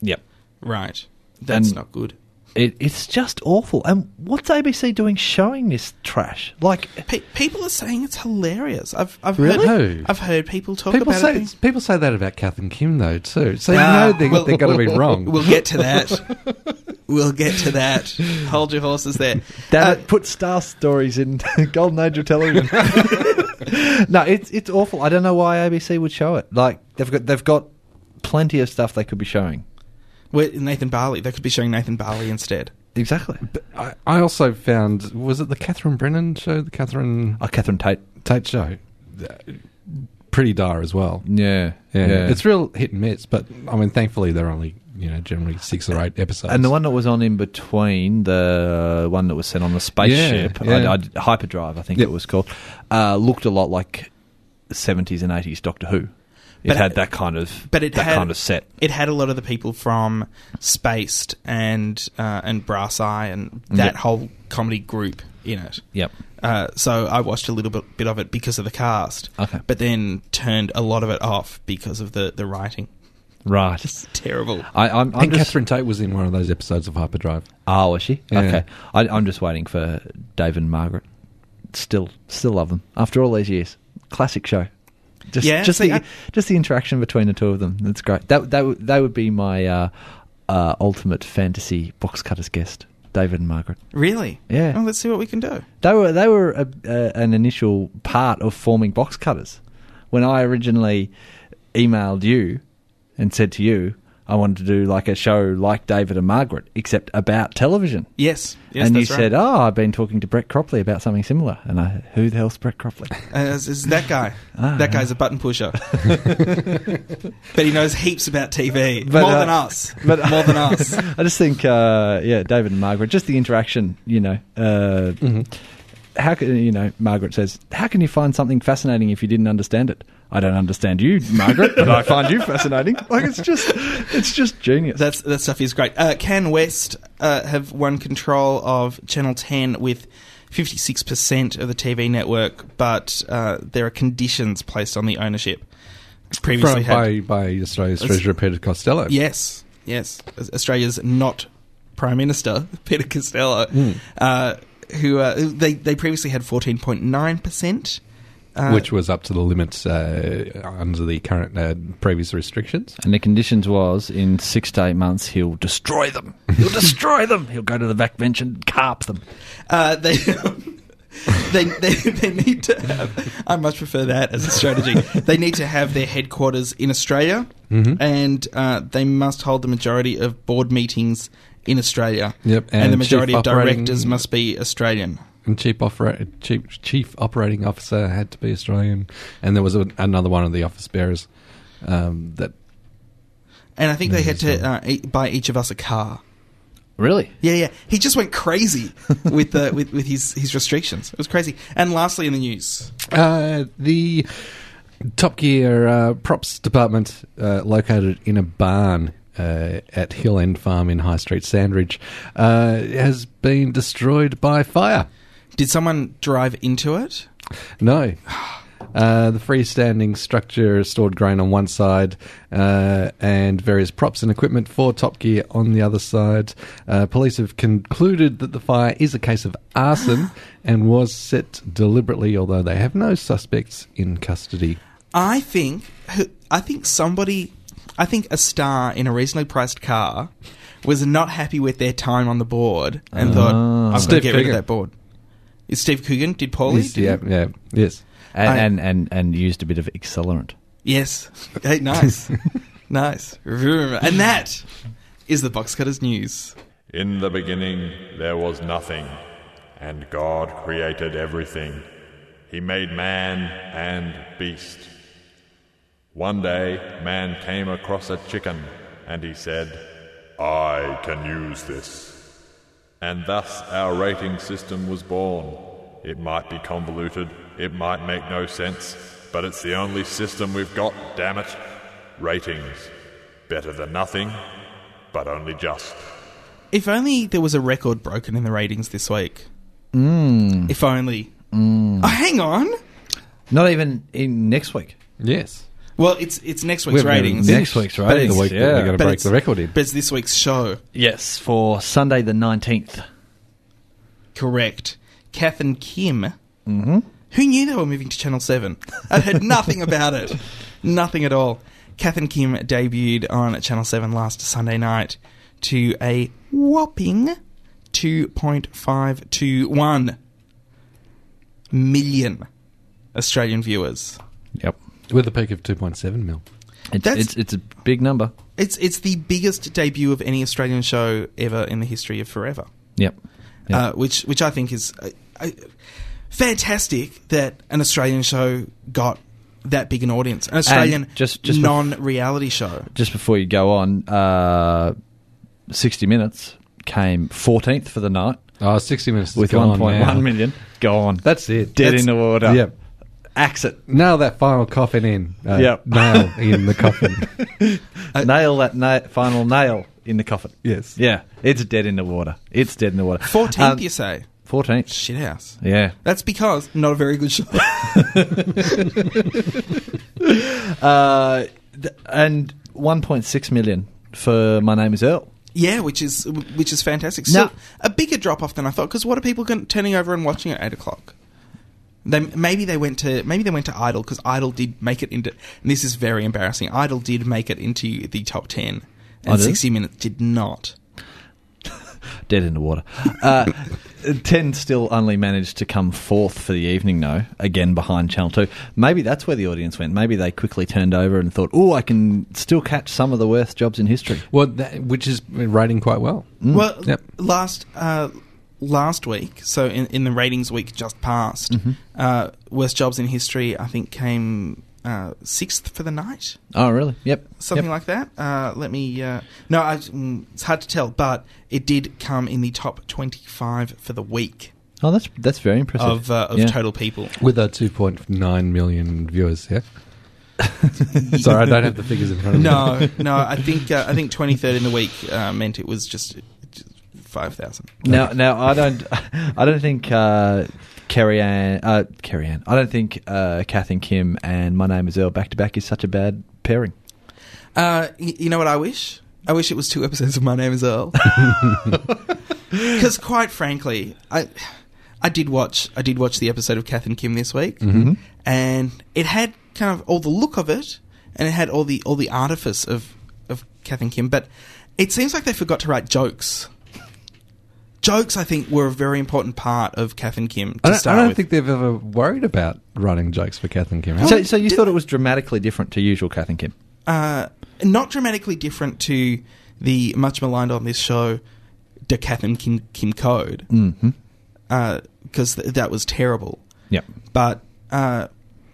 Speaker 3: Yep.
Speaker 2: right. That's
Speaker 3: And-
Speaker 2: not good.
Speaker 3: It, it's just awful. And what's ABC doing showing this trash? Like,
Speaker 2: Pe- people are saying it's hilarious. I've I've
Speaker 4: Really?
Speaker 2: heard, I've heard people talk
Speaker 4: People
Speaker 2: about
Speaker 4: say
Speaker 2: it.
Speaker 4: people say that about Kath and Kim though too. So you
Speaker 2: Ah,
Speaker 4: know they,
Speaker 2: well-
Speaker 4: they're going to be wrong.
Speaker 2: We'll get to that. we'll get to that. Hold your horses there.
Speaker 3: Damn
Speaker 2: Uh,
Speaker 3: it, put Star Stories in Golden Age of Television. no, it's it's awful. I don't know why ABC would show it. Like they've got they've got plenty of stuff they could be showing.
Speaker 2: wait, Nathan Barley. They could be showing Nathan Barley instead.
Speaker 3: Exactly.
Speaker 4: I, I also found was it the Catherine Brennan show, the Catherine
Speaker 3: Oh, Catherine Tate.
Speaker 4: Tate show, Uh, pretty dire as well.
Speaker 3: Yeah,
Speaker 4: Yeah, it's real hit and miss. But I mean, thankfully they're only you know generally six or eight episodes.
Speaker 3: and the one that was on in between, the one that was sent on the spaceship,
Speaker 4: Yeah, yeah.
Speaker 3: I, I- Hyperdrive, I think
Speaker 4: Yep.
Speaker 3: it was called, uh, looked a lot like seventies and eighties Doctor Who. It
Speaker 2: But
Speaker 3: had
Speaker 2: it-
Speaker 3: that kind of,
Speaker 2: but it
Speaker 3: that
Speaker 2: had-
Speaker 3: kind of set.
Speaker 2: It had a lot of the people from Spaced and uh, and Brass Eye and that
Speaker 3: Yeah.
Speaker 2: whole comedy group in it.
Speaker 3: Yep.
Speaker 2: Uh, so I watched a little bit, bit of it because of the cast.
Speaker 3: Okay.
Speaker 2: But then turned a lot of it off because of the, the writing.
Speaker 3: Right.
Speaker 2: Terrible.
Speaker 3: I, I'm, I'm
Speaker 4: and
Speaker 3: just,
Speaker 4: Catherine Tate was in one of those episodes of Hyperdrive.
Speaker 3: Oh, was she?
Speaker 4: Yeah.
Speaker 3: Okay. I, I'm just waiting for Dave and Margaret. Still, still love them after all these years. Classic show. Just,
Speaker 2: Yeah,
Speaker 3: just
Speaker 2: see,
Speaker 3: the
Speaker 2: I-
Speaker 3: just the interaction between the two of them. That's great. That that would- that would be my uh, uh, ultimate fantasy box cutters guest, David and Margaret.
Speaker 2: Really?
Speaker 3: Yeah.
Speaker 2: Well, let's see what we can do.
Speaker 3: They were they were a, a, an initial part of forming box cutters. When I originally emailed you and said to you, I wanted to do like a show like David and Margaret, except about television
Speaker 2: Yes. yes
Speaker 3: and you
Speaker 2: that's right.
Speaker 3: said, "Oh, I've been talking to Brett Cropley about something similar." And I, who the hell's Brett Cropley?
Speaker 2: Uh, it's, it's that guy.
Speaker 3: Ah.
Speaker 2: that guy's a button pusher. but he knows heaps about TV.
Speaker 3: But,
Speaker 2: More
Speaker 3: uh,
Speaker 2: than us.
Speaker 3: but-
Speaker 2: More than us.
Speaker 3: I just think, uh, yeah, David and Margaret, just the interaction. You know, uh, how can you know? Margaret says, "How can you find something fascinating if you didn't understand it?" I don't understand you, Margaret, but I find you fascinating. Like it's just, it's just genius.
Speaker 2: That's, that stuff is great. Uh, Can West uh, have won control of Channel 10 with 56% of the TV network, but uh, there are conditions placed on the ownership. Previously
Speaker 4: From,
Speaker 2: had.
Speaker 4: by, by Australia's Treasurer Peter Costello.
Speaker 2: Yes, yes. Australia's not Prime Minister, Peter Costello,
Speaker 4: Hmm.
Speaker 2: uh, who uh, they, they previously had 14.9%. Uh,
Speaker 4: which was up to the limit uh, under the current uh, previous restrictions.
Speaker 3: and the conditions was in six to eight months he'll destroy them. He'll destroy them. He'll go to the back bench and carp them.
Speaker 2: Uh, they, they, they, they need to have, I much prefer that as a strategy. they need to have their headquarters in Australia
Speaker 4: Mm-hmm.
Speaker 2: and uh, they must hold the majority of board meetings in Australia.
Speaker 4: Yep, and
Speaker 2: And, the
Speaker 4: chief
Speaker 2: majority of
Speaker 4: operating-
Speaker 2: directors must be Australian.
Speaker 4: And chief, opera- chief, chief operating officer had to be Australian, and there was a, another one of the office bearers um, that
Speaker 2: And I think they had to uh, e- buy each of us a car.
Speaker 3: Really?
Speaker 2: Yeah, yeah. He just went crazy with the with, with his, his restrictions. It was crazy. And lastly, in the news,
Speaker 4: Uh, the Top Gear uh, props department, uh, located in a barn uh, at Hill End Farm in High Street, Sandridge, uh, has been destroyed by fire.
Speaker 2: did someone drive into it?
Speaker 4: No. Uh, the freestanding structure stored grain on one side, uh, and various props and equipment for Top Gear on the other side. Uh, police have concluded that the fire is a case of arson and was set deliberately, although they have no suspects in custody.
Speaker 2: I think I think somebody I think a star in a reasonably priced car was not happy with their time on the board and thought
Speaker 3: Ah.
Speaker 2: I'm going to
Speaker 4: Steve
Speaker 2: get rid
Speaker 4: Coogan.
Speaker 2: of that board. Is Steve Coogan did Paulie?
Speaker 4: Yes, yeah, yeah, yes.
Speaker 3: and,
Speaker 2: I-
Speaker 3: and, and, and used a bit of accelerant.
Speaker 2: Yes. Hey, nice. nice. And that is the Box Cutters news.
Speaker 6: In the beginning, there was nothing, and God created everything. He made man and beast. One day, man came across a chicken, and he said, I can use this. And thus our rating system was born. It might be convoluted, it might make no sense, but it's the only system we've got, damn it. Ratings. Better than nothing, but only just.
Speaker 2: If only there was a record broken in the ratings this week. Mm. If only.
Speaker 4: Mm.
Speaker 2: Oh, hang on.
Speaker 3: Not even in next week.
Speaker 4: Yes.
Speaker 2: Well, it's it's next week's
Speaker 4: We've never
Speaker 2: ratings.
Speaker 4: finished
Speaker 3: Next week's
Speaker 4: the
Speaker 3: ratings,
Speaker 4: week that
Speaker 3: yeah.
Speaker 4: we're going to
Speaker 2: But
Speaker 4: break
Speaker 2: it's-
Speaker 4: the record in.
Speaker 2: But it's this week's show.
Speaker 3: Yes, for Sunday the 19th.
Speaker 2: Correct. Kath and Kim. Mm-hmm. Who knew they were moving to Channel 7? I heard nothing about it. Nothing at all. Kath and Kim debuted on Channel 7 last Sunday night to a whopping 2.521 million Australian viewers.
Speaker 3: Yep.
Speaker 4: With a peak of 2.7 mil.
Speaker 3: It's,
Speaker 2: That's-
Speaker 3: it's, it's a big number.
Speaker 2: It's, it's the biggest debut of any Australian show ever in the history of forever.
Speaker 3: Yep. Yeah.
Speaker 2: uh, which which I think is uh, uh, fantastic that an Australian show got that big an audience, an Australian
Speaker 3: just- just bef-
Speaker 2: non-reality show.
Speaker 3: Just before you go on, uh, 60 Minutes came 14th for the night
Speaker 4: Oh, 60 minutes
Speaker 3: with
Speaker 4: one point
Speaker 3: 1.1
Speaker 4: one minute.
Speaker 3: million. Gone.
Speaker 4: That's it.
Speaker 3: Dead
Speaker 4: That's-
Speaker 3: in the water.
Speaker 4: Yep.
Speaker 3: Axe it.
Speaker 4: Nail that final coffin in. Uh,
Speaker 3: Yep.
Speaker 4: Nail in the coffin.
Speaker 2: Uh,
Speaker 3: nail that na- final nail in the coffin.
Speaker 4: Yes.
Speaker 3: Yeah, it's dead in the water. It's dead in the water.
Speaker 2: Fourteenth,
Speaker 3: Um,
Speaker 2: you say?
Speaker 3: 14th.
Speaker 2: Shit house.
Speaker 3: Yeah.
Speaker 2: That's because not a very good show.
Speaker 3: Uh, th- and 1.6 million for My Name is Earl.
Speaker 2: yeah, which is which is fantastic. So
Speaker 3: No.
Speaker 2: a bigger drop off than I thought. Because what are people gon- turning over and watching at eight o'clock? They, maybe they went to maybe they went to Idol because Idol did make it into. And this is very embarrassing. Idol did make it into the top ten,
Speaker 3: Oh,
Speaker 2: and
Speaker 3: did it?
Speaker 2: sixty minutes did not.
Speaker 3: Dead in the water. Uh, 10 still only managed to come fourth for the evening, though, again behind Channel 2. Maybe that's where the audience went. Maybe they quickly turned over and thought, oh, I can still catch some of the worst jobs in history.
Speaker 4: Well, that, which is rating quite well.
Speaker 3: Mm.
Speaker 2: Well,
Speaker 4: Yep.
Speaker 2: last uh, last week, so in, in the ratings week just past,
Speaker 3: Mm-hmm.
Speaker 2: uh, worst jobs in history, I think came uh, sixth for the night,
Speaker 3: Oh, really? Yep.
Speaker 2: something like that. Uh, let me. Uh, no, I, mm, it's hard to tell, but it did come in the top twenty-five for the week
Speaker 3: Oh, that's that's very impressive.
Speaker 2: of uh, of
Speaker 3: Yeah.
Speaker 2: total people.
Speaker 4: With our 2.9 million viewers, yeah? Sorry, I don't have the figures in front of me.
Speaker 2: No, no, I think uh, I think twenty-third in the week uh, meant it was just. Five thousand.
Speaker 3: Now, now I don't, I don't think uh, Kerry Ann, uh, Kerry Ann, I don't think uh, Kath and Kim and my name is Earl back to back is such a bad pairing.
Speaker 2: Uh, y- you know what I wish? I wish it was two episodes of My Name Is Earl. Because quite frankly, I I did watch I did watch the episode of Kath and Kim this week,
Speaker 4: Mm-hmm.
Speaker 2: and it had kind of all the look of it, and it had all the all the artifice of of Kath and Kim, but it seems like they forgot to write jokes. Jokes, I think, were a very important part of Kath and Kim to
Speaker 4: I don't, I
Speaker 2: start
Speaker 4: don't
Speaker 2: with.
Speaker 4: think they've ever worried about writing jokes for Kath and Kim. have
Speaker 3: So,
Speaker 4: they?
Speaker 3: so you thought it was dramatically different to usual Kath and Kim?
Speaker 2: uh, not dramatically different to the much maligned on this show, Decath and Kim, Kim Code,
Speaker 3: Mm-hmm.
Speaker 2: because th- that was terrible.
Speaker 3: Yep.
Speaker 2: But uh,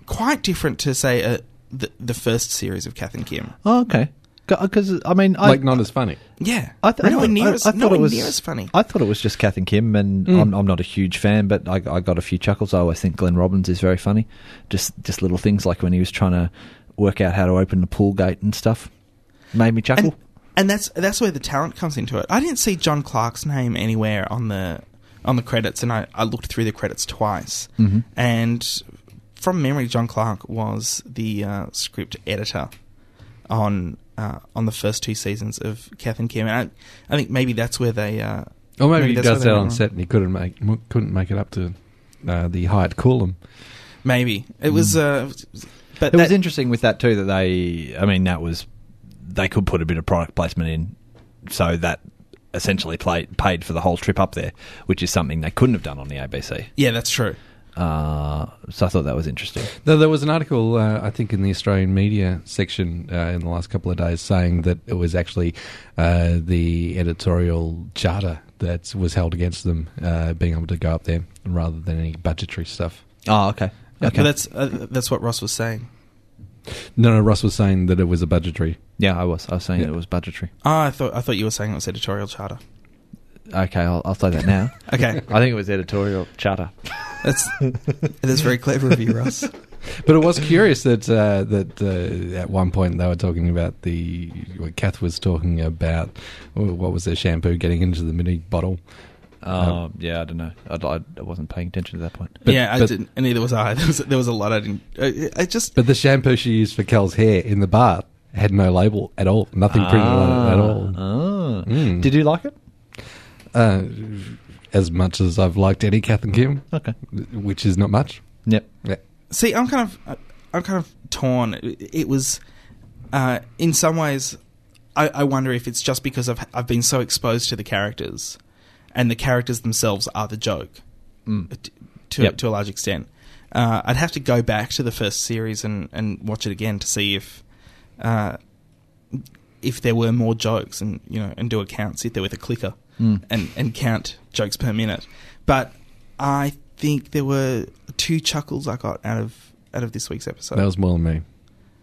Speaker 2: quite different to, say, uh, the, the first series of Kath and Kim.
Speaker 3: Oh, okay. Because I mean, I,
Speaker 4: like, not as funny.
Speaker 2: Yeah.
Speaker 3: I, th- I
Speaker 2: nowhere
Speaker 3: thought-
Speaker 2: near
Speaker 3: I-
Speaker 2: as,
Speaker 3: I thought
Speaker 2: nowhere
Speaker 3: it was
Speaker 2: near as funny.
Speaker 3: I thought it was just Kath and Kim, and
Speaker 4: Hmm.
Speaker 3: I'm, I'm not a huge fan, but I, I got a few chuckles. Oh, I always think Glenn Robbins is very funny. Just just little things like when he was trying to work out how to open the pool gate and stuff made me chuckle.
Speaker 2: and, and that's that's where the talent comes into it. I didn't see John Clark's name anywhere
Speaker 4: Mm-hmm.
Speaker 2: on the on the credits, and I, I looked through the credits twice, and from memory, John Clark was the uh, script editor on uh, on the first two seasons of Kath and Kim. And I, I think maybe that's where they. Uh,
Speaker 4: Or maybe, he
Speaker 2: that's
Speaker 4: does
Speaker 2: where
Speaker 4: that
Speaker 2: they
Speaker 4: on
Speaker 2: went
Speaker 4: set and he couldn't make m- couldn't make it up to uh, the Hyatt Coolum.
Speaker 2: wrong. Maybe it
Speaker 4: Mm.
Speaker 2: was. Uh, but
Speaker 3: It
Speaker 2: that,
Speaker 3: was interesting with that too that they, I mean, that was they could put a bit of product placement in, so that essentially play, paid for the whole trip up there, which is something they couldn't have done on the ABC.
Speaker 2: yeah, that's true.
Speaker 3: Uh, so I thought that was interesting.
Speaker 4: Though there was an article, uh, I think, in the Australian media section uh, in the last couple of days saying that it was actually uh, the editorial charter that was held against them uh, being able to go up there rather than any budgetary stuff.
Speaker 3: Oh, okay.
Speaker 2: But that's uh, that's what Ross was saying.
Speaker 4: No, no, Russ was saying that it was a budgetary.
Speaker 3: yeah, I was. I was saying
Speaker 4: Yeah.
Speaker 3: it was budgetary.
Speaker 2: Oh, I thought I thought you were saying it was editorial charter.
Speaker 3: Okay, I'll, I'll say that now.
Speaker 2: Okay,
Speaker 3: I think it was editorial charter.
Speaker 2: that's that's very clever of you, Ross.
Speaker 4: But it was curious that uh, that uh, at one point they were talking about the well, Kath was talking about oh, what was their shampoo getting into the mini bottle.
Speaker 3: Uh, yeah, I don't know. I, I, I wasn't paying attention to that point.
Speaker 4: But-
Speaker 2: yeah, I
Speaker 4: but-
Speaker 2: didn't. And neither was I. There was, there was a lot I didn't. I, I just
Speaker 4: But the shampoo she used for Kel's hair in the bath had no label at all, nothing printed on it at all.
Speaker 3: Ah.
Speaker 4: Mm.
Speaker 3: Did you like it?
Speaker 4: Uh, as much as I've liked any Kath and Kim,
Speaker 3: Okay.
Speaker 4: which is not much.
Speaker 3: Yep.
Speaker 4: Yeah.
Speaker 2: see i'm kind of i'm kind of torn it was uh, in some ways I, I wonder if it's just because I've, I've been so exposed to the characters and the characters themselves are the joke
Speaker 3: Mm.
Speaker 2: t- to,
Speaker 3: Yep.
Speaker 2: to a large extent uh, i'd have to go back to the first series and, and watch it again to see if uh, if there were more jokes and you know and do a count sit there with a clicker
Speaker 4: Hmm.
Speaker 2: and and count jokes per minute but i think there were two chuckles i got out of out of this week's episode
Speaker 4: That was more than me.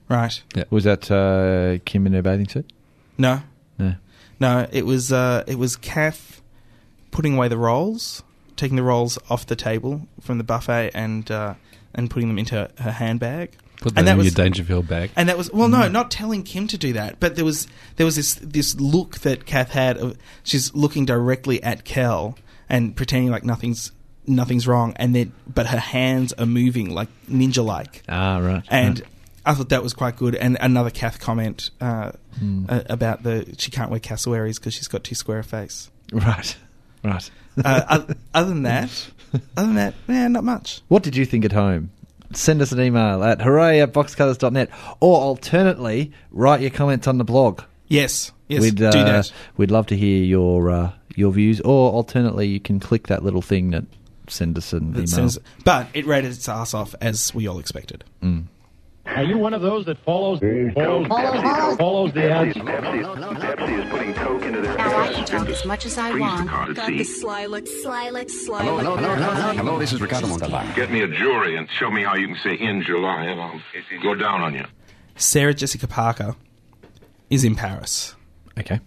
Speaker 2: right
Speaker 3: Was that uh, Kim in her bathing suit?
Speaker 2: no
Speaker 3: No.
Speaker 2: no it was uh it was kath putting away the rolls taking the rolls off the table from the buffet and uh and putting them into her, her handbag
Speaker 4: Put that
Speaker 2: and
Speaker 4: in
Speaker 2: was
Speaker 4: your Mm-hmm. Dangerfield bag.
Speaker 2: And that was well, no, not telling Kim to do that, but there was there was this this look that Kath had. Of, she's looking directly at Kel and pretending like nothing's nothing's wrong, and then but her hands are moving like ninja like,
Speaker 3: Ah, right.
Speaker 2: and. I thought that was quite good, and another Kath comment uh, uh, about the she can't wear cassowaries because she's got too square a face.
Speaker 3: right, right.
Speaker 2: Uh, oth- other than that, other than that, yeah, not much.
Speaker 3: What did you think at home? Send us an email at hooray at boxcutters.net or alternately, write your comments on the blog.
Speaker 2: Yes, yes,
Speaker 3: we'd, uh,
Speaker 2: do that.
Speaker 3: We'd love to hear your uh, your views or alternately, you can click that little thing that send us an email.
Speaker 2: That sounds- but it rated its ass off as we all expected.
Speaker 7: Are you one of those that follows follows, follows, the ads?
Speaker 5: Pepsi is putting Coke into their
Speaker 8: Now I can talk as much as I want. Got the sly look, sly look, sly look.
Speaker 9: Hello, this is Ricardo Montalban.
Speaker 10: Get me a jury and show me how you can say in July and I'll go down on you.
Speaker 2: Sarah Jessica Parker is in Paris.
Speaker 3: okay.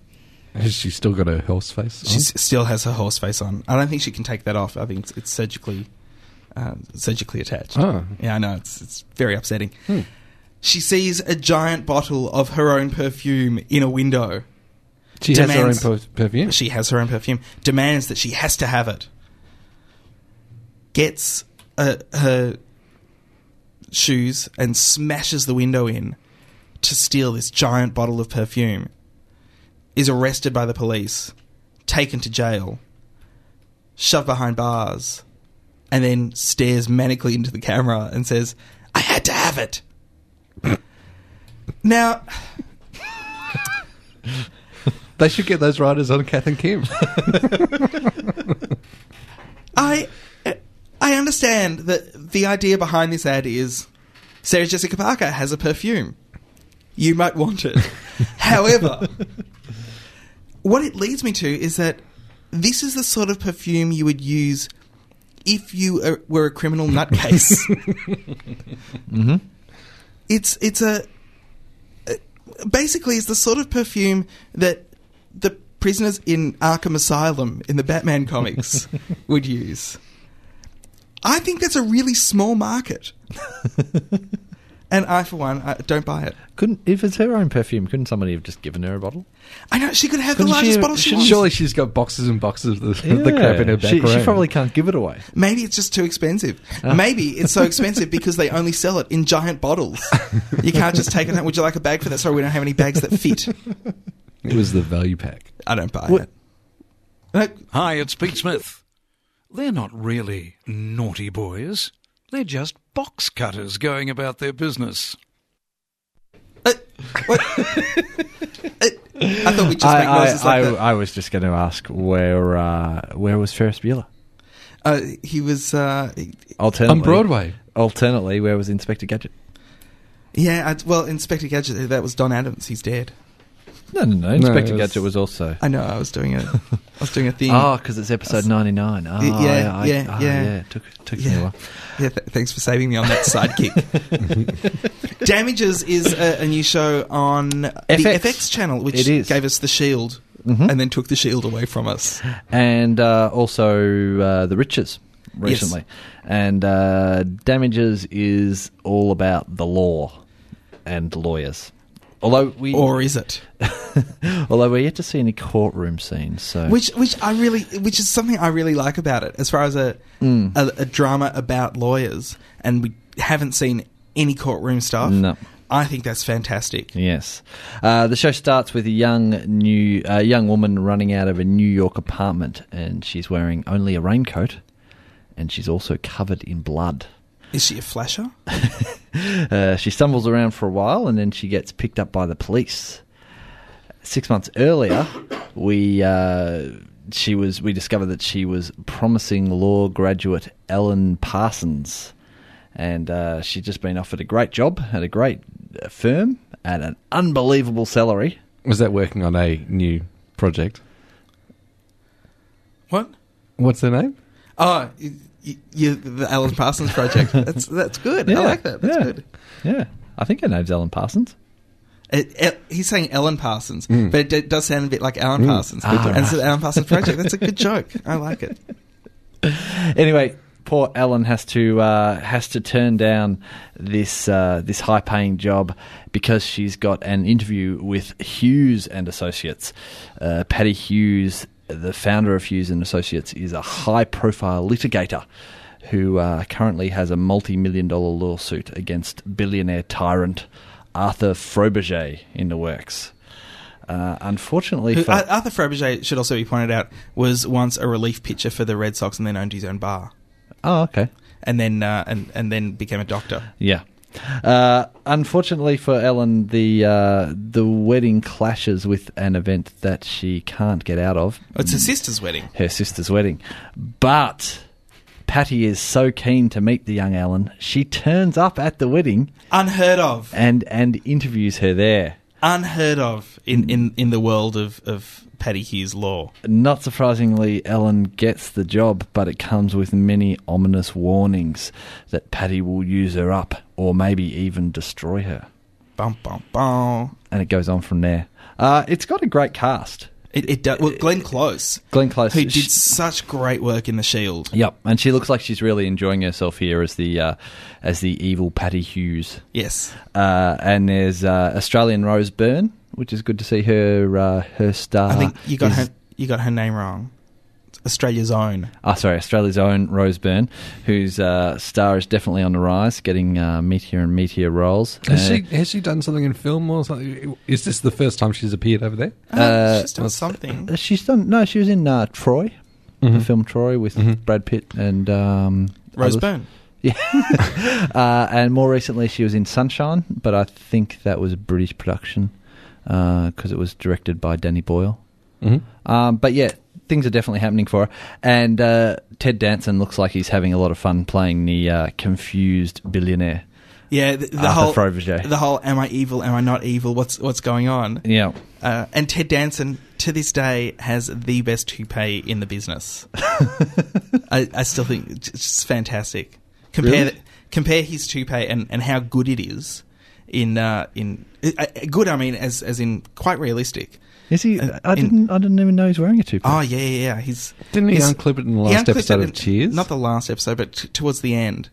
Speaker 4: Has she still got her horse face? on?
Speaker 2: She still has her horse face on. I don't think she can take that off. I think it's, it's surgically uh, surgically attached.
Speaker 4: Oh.
Speaker 2: Yeah, I know. It's, it's very upsetting. She sees a giant bottle of her own perfume in a window.
Speaker 4: she has her own
Speaker 2: demands-
Speaker 4: per- perfume.
Speaker 2: She has her own perfume, demands that she has to have it. Gets uh, her shoes and smashes the window in to steal this giant bottle of perfume. Is arrested by the police, taken to jail, shoved behind bars, and then stares manically into the camera and says, I had to have it. now,
Speaker 4: They should get those writers on Kath and Kim.
Speaker 2: I I understand that the idea behind this ad is Sarah Jessica Parker has a perfume. You might want it. However, what it leads me to is that this is the sort of perfume you would use if you uh, were a criminal nutcase. It's it's a basically it's the sort of perfume that the prisoners in Arkham Asylum in the Batman comics would use. I think that's a really small market. And I, for one, I don't buy it.
Speaker 3: Couldn't if it's her own perfume? Couldn't somebody have just given her a bottle?
Speaker 2: I know she could have the
Speaker 4: Couldn't
Speaker 2: largest bottle she
Speaker 4: should-
Speaker 2: wants.
Speaker 4: Surely she's got boxes and boxes of the, the crap in her back
Speaker 3: she, she
Speaker 4: room.
Speaker 3: probably can't give it away.
Speaker 2: Maybe it's just too expensive.
Speaker 4: Ah.
Speaker 2: Maybe it's so expensive because they only sell it in giant bottles. You can't just take it out. Would you like a bag for that? Sorry, we don't have any bags that fit.
Speaker 4: It was the value pack.
Speaker 2: I don't buy
Speaker 3: What-
Speaker 2: it. No,
Speaker 11: Hi, it's Pete Smith. They're not really naughty boys. They're just box cutters going about their business.
Speaker 2: Uh, I thought we'd just
Speaker 3: I,
Speaker 2: make noises like
Speaker 3: I- I-
Speaker 2: that.
Speaker 3: I was just going to ask where uh, where was Ferris Bueller?
Speaker 2: Uh, he was, uh,
Speaker 3: Alternately,
Speaker 4: Broadway.
Speaker 3: Alternately, where was Inspector Gadget?
Speaker 2: yeah, I, well, Inspector Gadget, that was Don Adams. He's dead.
Speaker 3: No, no, no.
Speaker 4: it
Speaker 3: Inspector
Speaker 4: was-
Speaker 3: Gadget was also.
Speaker 2: I know, I was doing a, I was doing a thing.
Speaker 3: Oh, because it's episode ninety nine. Oh,
Speaker 2: Y- yeah,
Speaker 3: I- I-
Speaker 2: yeah,
Speaker 3: ah,
Speaker 2: yeah.
Speaker 3: yeah. It took took me
Speaker 2: Yeah.
Speaker 3: a while.
Speaker 2: Yeah, th- thanks for saving me on that sidekick. Damages is a, a new show on the
Speaker 3: FX.
Speaker 2: FX channel, which
Speaker 3: It is. Mm-hmm.
Speaker 2: gave us the Shield and then took the Shield away from us.
Speaker 3: and uh, also uh, the riches recently. And uh, damages is all about the law and lawyers. Although we,
Speaker 2: Or is it?
Speaker 3: although we're yet to see any courtroom scenes, so
Speaker 2: Which, which I really, which is something I really like about it, as far as a
Speaker 3: Mm.
Speaker 2: a, a drama about lawyers, and we haven't seen any courtroom stuff.
Speaker 3: No.
Speaker 2: I think that's fantastic.
Speaker 3: Yes, uh, the show starts with a young new uh, young woman running out of a New York apartment, and she's wearing only a raincoat, and she's also covered in blood.
Speaker 2: Is she a flasher?
Speaker 3: Uh, she stumbles around for a while and then she gets picked up by the police. Six months earlier, we uh, she was we discovered that she was promising law graduate Ellen Parsons, and uh, she'd just been offered a great job at a great uh, firm at an unbelievable salary.
Speaker 4: Was that working on a new project?
Speaker 2: What?
Speaker 4: What's her name?
Speaker 2: Oh, you, you, you- the Alan Parsons project. That's that's good. I like that. That's
Speaker 3: yeah,
Speaker 2: good.
Speaker 3: Yeah, I think her name's Ellen Parsons.
Speaker 2: It, it, e, he's saying Ellen Parsons, but it d- does sound a bit like Alan Parsons.
Speaker 3: Mm. Ah,
Speaker 2: and it's
Speaker 3: right.
Speaker 2: an Alan Parsons project. That's a good joke. I like it.
Speaker 3: anyway, poor Ellen has to uh, has to turn down this uh, this high paying job because she's got an interview with Hughes and Associates. Uh, Patty Hughes, the founder of Hughes and Associates, is a high profile litigator. Who uh, currently has a multi million dollar lawsuit against billionaire tyrant Arthur Frobisher in the works? Uh, unfortunately,
Speaker 2: Who,
Speaker 3: for-
Speaker 2: Ar- Arthur Frobisher should also be pointed out was once a relief pitcher for the Red Sox and then owned his own bar,
Speaker 3: oh, okay.
Speaker 2: and then uh, and and then became a doctor.
Speaker 3: Yeah. Uh, unfortunately for Ellen, the uh, the wedding clashes with an event that she can't get out of
Speaker 2: It's his sister's wedding.
Speaker 3: her sister's wedding. But Patty is so keen to meet the young Ellen, she turns up at the wedding
Speaker 2: Unheard of.
Speaker 3: and and interviews her there.
Speaker 2: Unheard of in in, in the world of of Paddy Hughes law.
Speaker 3: Not surprisingly, Ellen gets the job, but it comes with many ominous warnings that Patty will use her up or maybe even destroy her.
Speaker 2: Bum bum bum.
Speaker 3: And it goes on from there. Uh, it's got a great cast.
Speaker 2: It, it does. Well, Glenn Close.
Speaker 3: Glenn Close.
Speaker 2: who did
Speaker 3: She-
Speaker 2: such great work in The Shield.
Speaker 3: Yep, and she looks like she's really enjoying herself here as the uh, as the evil Patty Hughes.
Speaker 2: Yes.
Speaker 3: Uh, and there's uh, Australian Rose Byrne, which is good to see her uh, her star.
Speaker 2: I think you got
Speaker 3: is-
Speaker 2: her you got her name wrong. It's Australia's own.
Speaker 3: Oh, sorry, Australia's own Rose Byrne, whose uh, star is definitely on the rise, getting uh, meteor and meteor roles.
Speaker 4: Has
Speaker 3: Uh,
Speaker 4: she has she done something in film or something? Is this the first time she's appeared over there?
Speaker 2: Oh, she's done something.
Speaker 3: uh, She's done. No, she was in uh, Troy,
Speaker 2: Mm-hmm.
Speaker 3: the film Troy with Brad Pitt and um,
Speaker 2: Rose
Speaker 3: others.
Speaker 2: Byrne.
Speaker 3: Uh, and more recently, she was in Sunshine, but I think that was a British production because it was directed by Danny Boyle. Mm-hmm. Um, but yeah, things are definitely happening for her. And uh, Ted Danson looks like he's having a lot of fun playing the uh, confused billionaire.
Speaker 2: Yeah, Ah, the, the
Speaker 3: Arthur
Speaker 2: whole
Speaker 3: Frobisher.
Speaker 2: the whole am I evil? Am I not evil? What's what's going on?
Speaker 3: Yeah.
Speaker 2: Uh, and Ted Danson to this day has the best toupee in the business. I, I still think it's just fantastic. Compare
Speaker 3: Really?
Speaker 2: the- compare his toupee and, and how good it is in uh, in uh, good. I mean, as as in quite realistic.
Speaker 3: Is he?
Speaker 2: Uh,
Speaker 3: I
Speaker 2: in-
Speaker 3: didn't. I didn't even know he's wearing a toupee.
Speaker 2: Oh yeah, yeah, yeah. He's
Speaker 4: Didn't he
Speaker 2: he's-
Speaker 4: unclip it in the
Speaker 2: he
Speaker 4: last
Speaker 2: unclipped
Speaker 4: episode
Speaker 2: it
Speaker 4: of
Speaker 2: in-
Speaker 4: Cheers?
Speaker 2: Not the last episode, but t- towards the end.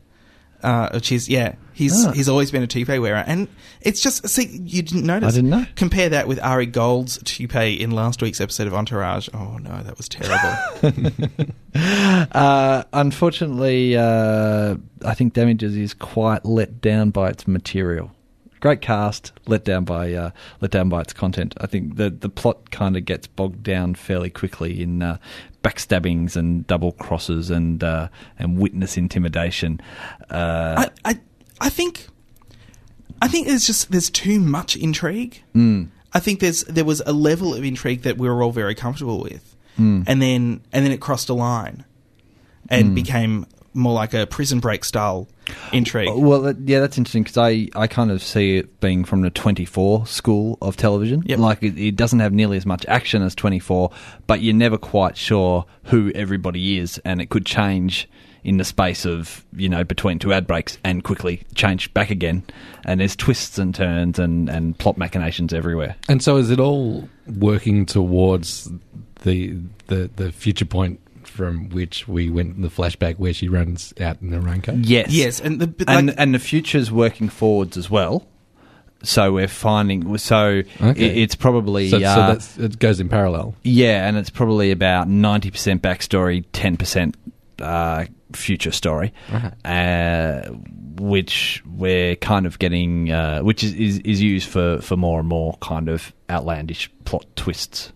Speaker 2: Uh, which is yeah, he's
Speaker 3: Ah.
Speaker 2: he's always been a toupee wearer, and it's just see you didn't notice.
Speaker 3: I didn't know.
Speaker 2: Compare that with Ari Gold's toupee in last week's episode of Entourage. Oh no, that was terrible.
Speaker 3: Uh, unfortunately, uh, I think Damages is quite let down by its material. Great cast, let down by uh, let down by its content. I think the the plot kind of gets bogged down fairly quickly in uh, backstabbings and double crosses and uh, and witness intimidation. Uh,
Speaker 2: I, I I think I think there's just there's too much intrigue.
Speaker 3: mm,
Speaker 2: I think there's there was a level of intrigue that we were all very comfortable with,
Speaker 3: Mm.
Speaker 2: and then and then it crossed a line, and
Speaker 3: Mm.
Speaker 2: became more like a prison break style intrigue.
Speaker 3: Oh, Well, that- yeah, that's interesting because I, I kind of see it being from the 24 school of television. Like, it, it doesn't have nearly as much action as 24, but you're never quite sure who everybody is, and it could change in the space of, you know, between two ad breaks and quickly change back again. And there's twists and turns and, and plot machinations everywhere.
Speaker 4: And so, is it all working towards the the the future point from which we went in the flashback where she runs out in the raincoat?
Speaker 3: Yes.
Speaker 2: and the, but
Speaker 3: and, uh,
Speaker 2: like-
Speaker 3: and the future's working forwards as well. So we're finding. So
Speaker 4: Okay.
Speaker 3: it, it's probably.
Speaker 4: So, so
Speaker 3: uh,
Speaker 4: that's, it goes in parallel.
Speaker 3: Yeah, and it's probably about 90% backstory, 10% uh, future story, uh, which we're kind of getting, uh, which is, is, is used for, for more and more kind of outlandish plot twists.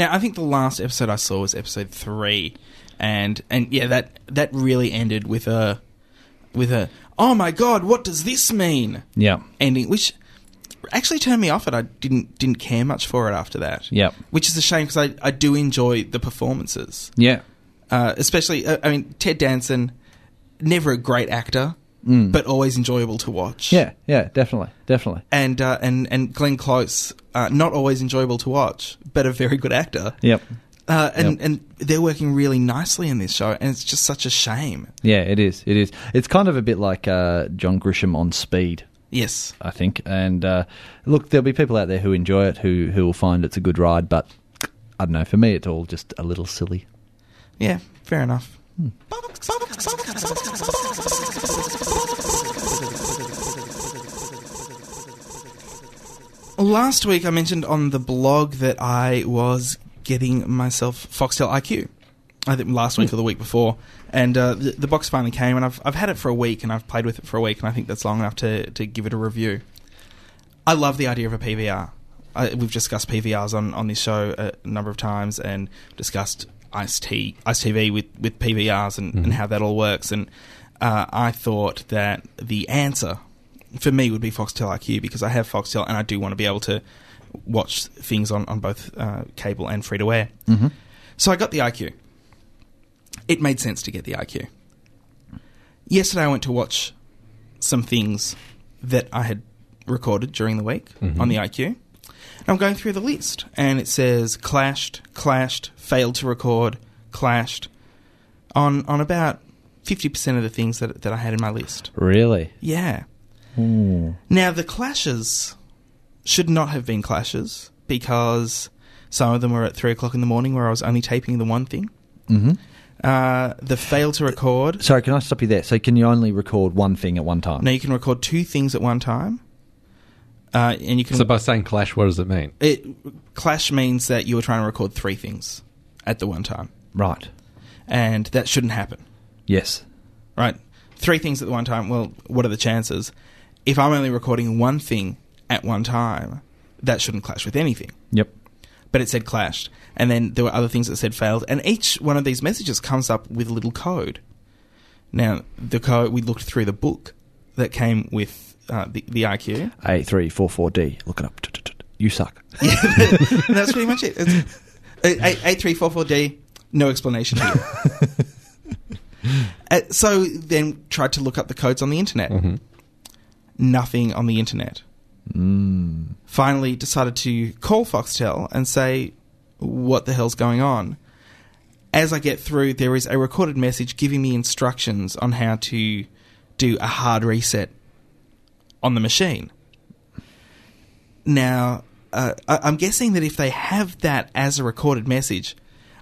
Speaker 2: Now, I think the last episode I saw was episode three, and and yeah, that that really ended with a with a oh my god, what does this mean?
Speaker 3: Yeah.
Speaker 2: ending, which actually turned me off it. I didn't didn't care much for it after that.
Speaker 3: Yep.
Speaker 2: which is a shame because I I do enjoy the performances.
Speaker 3: Yeah.
Speaker 2: Uh, especially, uh, I mean, Ted Danson, never a great actor,
Speaker 3: Mm.
Speaker 2: but always enjoyable to watch.
Speaker 3: Yeah, yeah, definitely, definitely.
Speaker 2: And uh, and and Glenn Close, uh, not always enjoyable to watch, but a very good actor.
Speaker 3: Yep.
Speaker 2: Uh, and
Speaker 3: Yep.
Speaker 2: and they're working really nicely in this show, and it's just such a shame.
Speaker 3: Yeah, it is. It is. It's kind of a bit like uh, John Grisham on Speed.
Speaker 2: Yes.
Speaker 3: I think. And uh, look, there'll be people out there who enjoy it, who who will find it's a good ride. But I don't know. For me, it's all just a little silly.
Speaker 2: Yeah, fair enough. Last week, I mentioned on the blog that I was getting myself Foxtel IQ. I think last week or the week before, and uh, the, the box finally came, and I've I've had it for a week, and I've played with it for a week, and I think that's long enough to to give it a review. I love the idea of a PVR. I, we've discussed PVRs on, on this show a number of times and discussed Ice T Ice TV with, with PVRs and, and
Speaker 12: Mhm.
Speaker 2: how that all works. And uh, I thought that the answer for me would be Foxtel IQ because I have Foxtel and I do want to be able to watch things on on both uh, cable and free to air.
Speaker 3: Mhm.
Speaker 2: So I got the IQ. It made sense to get the IQ. Yesterday I went to watch some things that I had recorded during the week
Speaker 12: Mhm.
Speaker 2: on the IQ. And I'm going through the list and it says clashed, clashed, failed to record, clashed on on about 50% of the things that that I had in my list.
Speaker 3: Really?
Speaker 2: Yeah. Now, the clashes should not have been clashes because some of them were at three o'clock in the morning where I was only taping the one thing.
Speaker 3: hmm
Speaker 2: Uh, the fail to record.
Speaker 3: Sorry, can I stop you there? So, can you only record one thing at one time?
Speaker 2: Now, you can record two things at one time. Uh, and you can.
Speaker 4: So by saying clash, what does it mean?
Speaker 2: it, clash means that you were trying to record three things at the one time.
Speaker 3: Right.
Speaker 2: And that shouldn't happen.
Speaker 3: Yes.
Speaker 2: right? Three things at the one time. Well, what are the chances? If I'm only recording one thing at one time, that shouldn't clash with anything.
Speaker 3: Yep.
Speaker 2: But it said clashed. And then there were other things that said failed. And each one of these messages comes up with a little code. Now, the code, we looked through the book that came with uh, the, the IQ.
Speaker 3: A three four four D. Look it up. Tut-tut-tut. You suck.
Speaker 2: And that's pretty much it. It's, uh, eight, eight, three, four, four D. No explanation here. Uh, so then tried to look up the codes on the internet. Nothing on the internet.
Speaker 3: Mm.
Speaker 2: Finally decided to call Foxtel and say, "What the hell's going on?" As I get through, there is a recorded message giving me instructions on how to do a hard reset on the machine. Now, uh, I- I'm guessing that if they have that as a recorded message,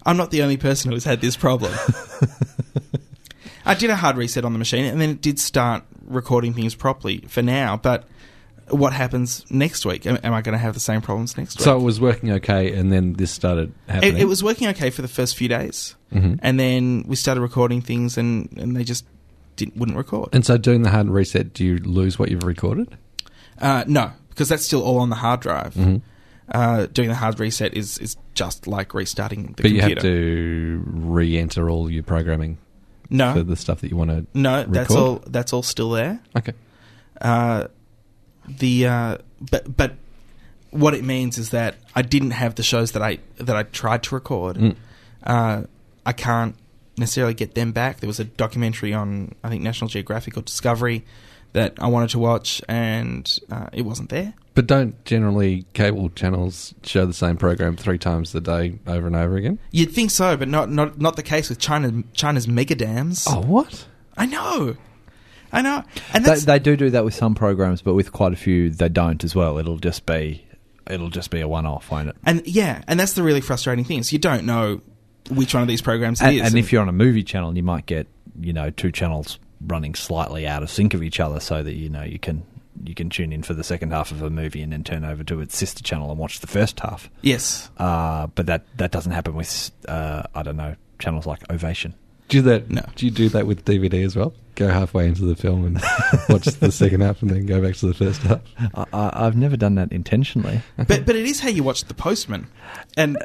Speaker 2: I'm not the only person who has had this problem. I did a hard reset on the machine, and then it did start recording things properly for now. But what happens next week? Am, am I going to have the same problems next week?
Speaker 4: So it was working okay, and then this started happening.
Speaker 2: It, it was working okay for the first few days,
Speaker 4: Mhm.
Speaker 2: and then we started recording things, and, and they just didn't wouldn't record.
Speaker 4: And so doing the hard reset, do you lose what you've recorded?
Speaker 2: Uh, no, because that's still all on the hard drive.
Speaker 4: Mhm.
Speaker 2: Uh, doing the hard reset is is just like restarting the
Speaker 4: but
Speaker 2: computer.
Speaker 4: you have to re-enter all your programming.
Speaker 2: No.
Speaker 4: for the stuff that you want to.
Speaker 2: No,
Speaker 4: record?
Speaker 2: that's all. That's all still there.
Speaker 4: Okay.
Speaker 2: Uh, the uh, but but what it means is that I didn't have the shows that I that I tried to record.
Speaker 4: Mm.
Speaker 2: Uh, I can't necessarily get them back. There was a documentary on I think National Geographic or Discovery that I wanted to watch, and uh, it wasn't there.
Speaker 4: But don't generally cable channels show the same program three times a day over and over again?
Speaker 2: You'd think so, but not not not the case with China China's mega dams.
Speaker 4: Oh, what?
Speaker 2: I know, I know, and
Speaker 3: They,
Speaker 2: that's
Speaker 3: they do do that with some programs, but with quite a few, they don't as well. It'll just be, it'll just be a one-off, won't it?
Speaker 2: and yeah, and that's the really frustrating thing. Is you don't know which one of these programs it
Speaker 3: And,
Speaker 2: is.
Speaker 3: and if you're on a movie channel, you might get you know two channels running slightly out of sync of each other, so that you know you can you can tune in for the second half of a movie and then turn over to its sister channel and watch the first half.
Speaker 2: Yes.
Speaker 3: uh, but that that doesn't happen with uh, I don't know channels like Ovation.
Speaker 4: Do that?
Speaker 2: No.
Speaker 4: Do you do that with DVD as well? Go halfway into the film and watch the second half, and then go back to the first half.
Speaker 3: I, I, I've never done that intentionally.
Speaker 2: But but it is how you watch The Postman, and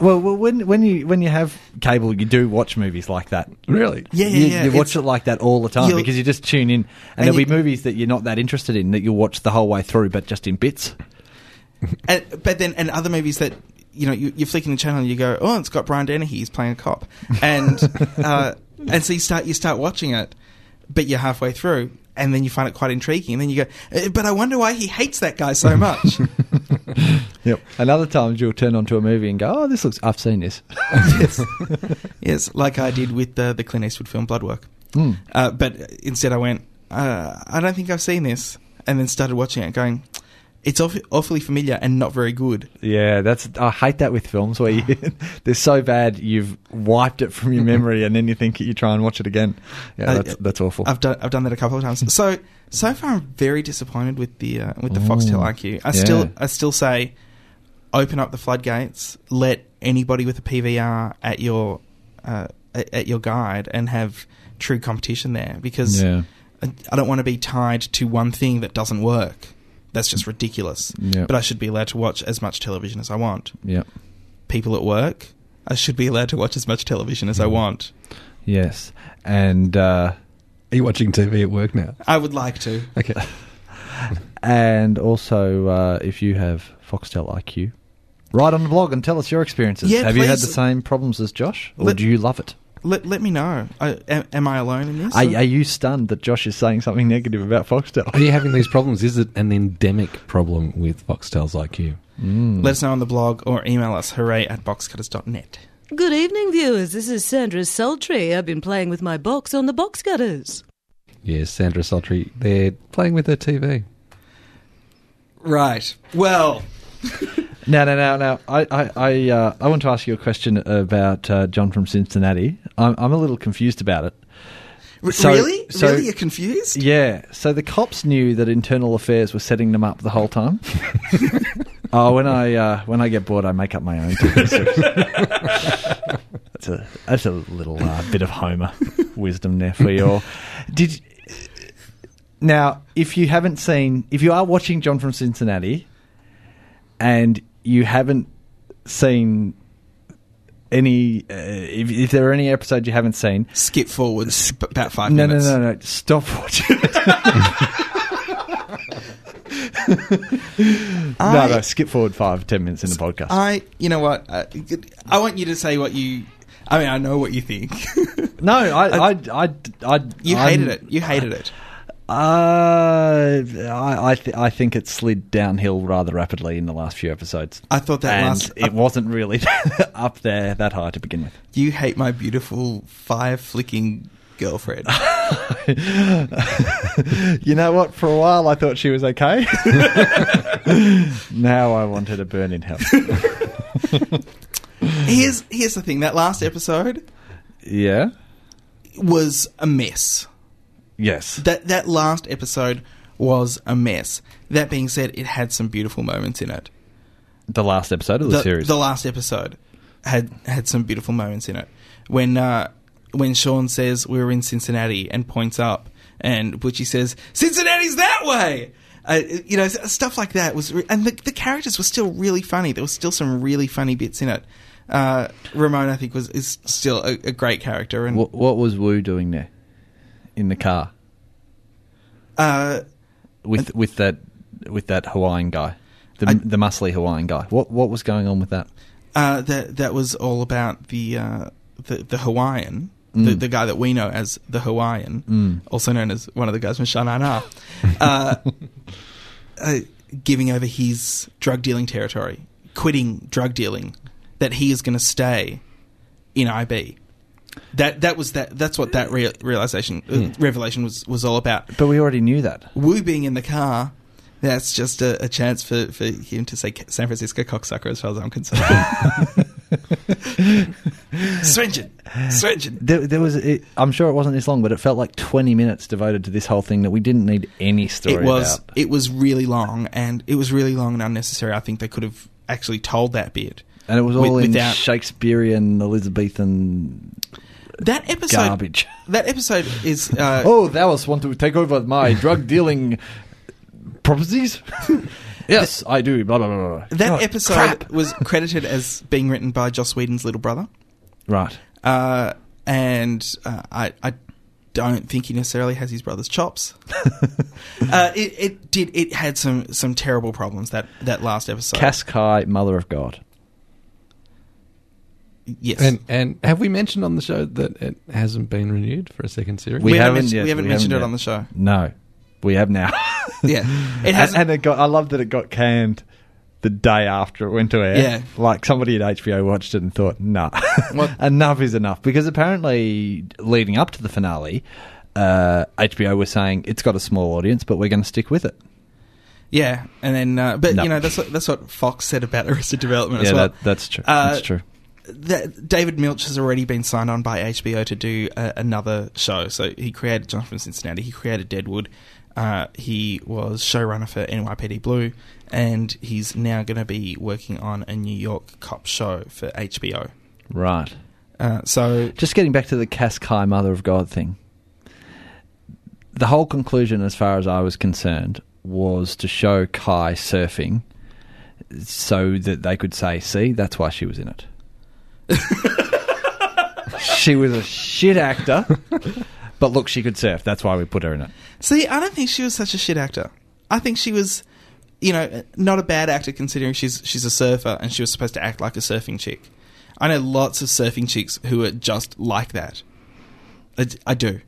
Speaker 3: well, well, when when you when you have cable, you do watch movies like that.
Speaker 4: Really?
Speaker 2: Yeah, yeah,
Speaker 3: you,
Speaker 2: yeah.
Speaker 3: you watch
Speaker 2: It's-
Speaker 3: it like that all the time
Speaker 2: You'll-
Speaker 3: because you just tune in, and,
Speaker 2: And
Speaker 3: there'll
Speaker 2: you-
Speaker 3: be movies that you're not that interested in that you'll watch the whole way through, but just in bits.
Speaker 2: and but then and other movies that you know you, you're flicking the channel and you go oh it's got Brian Dennehy he's playing a cop and uh, and so you start you start watching it but you're halfway through and then you find it quite intriguing and then you go "Eh, but I wonder why he hates that guy so much
Speaker 3: Yep. And other times you'll turn onto a movie and go, "Oh, this looks. I've seen this."
Speaker 2: yes yes like I did with the the Clint Eastwood film Bloodwork
Speaker 3: Mm.
Speaker 2: uh, but instead I went uh, I don't think I've seen this and then started watching it going it's awf- awfully familiar and not very good
Speaker 3: Yeah, that's I hate that with films where you, they're so bad you've wiped it from your memory, and then you think you try and watch it again. Yeah,
Speaker 2: Uh,
Speaker 3: that's, that's awful.
Speaker 2: I've done I've done that a couple of times. So so far, I'm very disappointed with the uh, with the Foxtel IQ. I
Speaker 3: yeah.
Speaker 2: still I still say, open up the floodgates. Let anybody with a PVR at your uh, at at your guide and have true competition there because
Speaker 3: Yeah.
Speaker 2: I, I don't want to be tied to one thing that doesn't work. That's just ridiculous.
Speaker 3: Yeah.
Speaker 2: But I should be allowed to watch as much television as I want.
Speaker 3: yeah.
Speaker 2: People at work, I should be allowed to watch as much television as I
Speaker 3: Mm.
Speaker 2: want.
Speaker 3: Yes, and uh,
Speaker 4: Are you watching TV at work now?
Speaker 2: I would like to.
Speaker 4: Okay.
Speaker 3: and also uh, if you have Foxtel IQ, write on the blog and tell us your experiences.
Speaker 2: Yeah,
Speaker 3: have you had
Speaker 2: please.
Speaker 3: the same problems as Josh, or
Speaker 2: Let-
Speaker 3: do you love it?
Speaker 2: Let, let me know. I, am, am I alone in this?
Speaker 3: Are,
Speaker 2: Or-
Speaker 3: are you stunned that Josh is saying something negative about Foxtel?
Speaker 4: Are you having these problems? Is it an endemic problem with Foxtel's IQ?
Speaker 2: Let us know on the blog or email us hooray at boxcutters.net.
Speaker 12: Good evening, viewers. This is Sandra Sultry. I've been playing with my box on the box cutters.
Speaker 4: Yes, Sandra Sultry. They're playing with their TV.
Speaker 2: Right. Well,
Speaker 3: No, no, no, no. I, I, I, uh, I want to ask you a question about uh, John from Cincinnati. I'm, I'm a little confused about it.
Speaker 2: r-
Speaker 3: So-
Speaker 2: really?
Speaker 3: so-
Speaker 2: really? You're confused?
Speaker 3: Yeah. So the cops knew that internal affairs were setting them up the whole time. oh, when I uh, when I get bored, I make up my own. TV series. that's a that's a little uh, bit of Homer wisdom there for you all. Did now if you haven't seen if you are watching John from Cincinnati, and you haven't seen any uh, if, if there are any episodes you haven't seen
Speaker 2: Skip forward s- b- about five
Speaker 3: no,
Speaker 2: minutes.
Speaker 3: No, no, no, Stop watching it. no,
Speaker 2: I-
Speaker 3: no. Skip forward five, ten minutes in the podcast.
Speaker 2: I, you know what? Uh, I want you to say what you. I mean, I know what you think.
Speaker 3: no, I, I, I, I,
Speaker 2: You
Speaker 3: I'm-
Speaker 2: hated it. You hated it.
Speaker 3: Uh, I, I, th- I think it slid downhill rather rapidly in the last few episodes.
Speaker 2: I thought that
Speaker 3: and
Speaker 2: last-
Speaker 3: it wasn't really up there that high to begin with.
Speaker 2: You hate my beautiful fire flicking girlfriend.
Speaker 3: you know what? For a while, I thought she was okay. now I want her to burn in hell.
Speaker 2: here's here's the thing. That last episode
Speaker 3: Yeah.
Speaker 2: was a mess.
Speaker 3: Yes.
Speaker 2: That that last episode was a mess. That being said, it had some beautiful moments in it.
Speaker 3: The last episode of the, series.
Speaker 2: The last episode had had some beautiful moments in it. When uh, when Sean says we were in Cincinnati and points up, and Butchie says Cincinnati's that way. Uh, you know, s- stuff like that was, re- and the, the characters were still really funny. There was still some really funny bits in it. Uh, Ramon, I think, was is still a, a great character, and
Speaker 3: What, what was Wu doing there in the car
Speaker 2: uh,
Speaker 3: with with that with that Hawaiian guy, the the muscly Hawaiian guy? What what was going on with that?
Speaker 2: Uh, that that was all about the uh, the, the Hawaiian, the,
Speaker 3: Mm.
Speaker 2: the guy that we know as the Hawaiian,
Speaker 3: Mm.
Speaker 2: also known as one of the guys from Shanana, uh, uh, giving over his drug dealing territory, quitting drug dealing, that he is going to stay in IB. That that was that. That's what that rea- realization uh,
Speaker 3: Mm.
Speaker 2: revelation was was all about.
Speaker 3: But we already knew that.
Speaker 2: Wu being in the car, that's just a, a chance for, for him to say San Francisco cocksucker, as far as I'm concerned. Swingen, Swingen.
Speaker 3: There, there was. It, I'm sure it wasn't this long, but it felt like 20 minutes devoted to this whole thing that we didn't need any story.
Speaker 2: It was
Speaker 3: about.
Speaker 2: it was really long, and it was really long and unnecessary. I think they could have actually told that bit.
Speaker 3: and it was
Speaker 2: With-
Speaker 3: all in
Speaker 2: without-
Speaker 3: Shakespearean, Elizabethan
Speaker 2: that episode.
Speaker 3: garbage.
Speaker 2: That episode is uh,
Speaker 3: oh, thou us want to take over my drug dealing properties? yes, I do. Blah blah blah. blah.
Speaker 2: that
Speaker 3: Oh,
Speaker 2: episode
Speaker 3: crap.
Speaker 2: was credited as being written by Joss Whedon's little brother.
Speaker 3: Right.
Speaker 2: Uh, and uh, I, I don't think he necessarily has his brother's chops. uh, it, it did. It had some some terrible problems that that last episode.
Speaker 3: Caskai, Mother of God.
Speaker 2: yes,
Speaker 4: And and have we mentioned on the show that it hasn't been renewed for a second series?
Speaker 2: We We haven't haven't mentioned- yet, we haven't mentioned it
Speaker 3: yet.
Speaker 2: on the show.
Speaker 3: No, we have now.
Speaker 2: Yeah. It
Speaker 3: it has,
Speaker 2: hasn't-
Speaker 3: and, it got. I love that it got canned the day after it went to air.
Speaker 2: Yeah.
Speaker 3: like somebody at HBO watched it and thought, nah, enough is enough. Because apparently, leading up to the finale, uh, HBO was saying it's got a small audience, but we're going to stick with it.
Speaker 2: yeah, and then uh, but
Speaker 3: No.
Speaker 2: you know that's what that's what Fox said about Arrested Development as
Speaker 3: Yeah,
Speaker 2: well.
Speaker 3: that- that's true.
Speaker 2: Uh,
Speaker 3: That's true.
Speaker 2: That David Milch has already been signed on by HBO to do uh, another show. So he created John from Cincinnati. He created Deadwood. Uh, he was showrunner for NYPD Blue, and he's now going to be working on a New York cop show for HBO.
Speaker 3: Right.
Speaker 2: Uh, so
Speaker 3: just getting back to the Caskai Mother of God thing. The whole conclusion, as far as I was concerned, was to show Kai surfing, so that they could say, "See, that's why she was in it." she was a shit actor, but look, she could surf. That's why we put her in it.
Speaker 2: See, I don't think she was such a shit actor. I think she was, you know, not a bad actor considering she's she's a surfer and she was supposed to act like a surfing chick. I know lots of surfing chicks who are just like that. I, d- I do.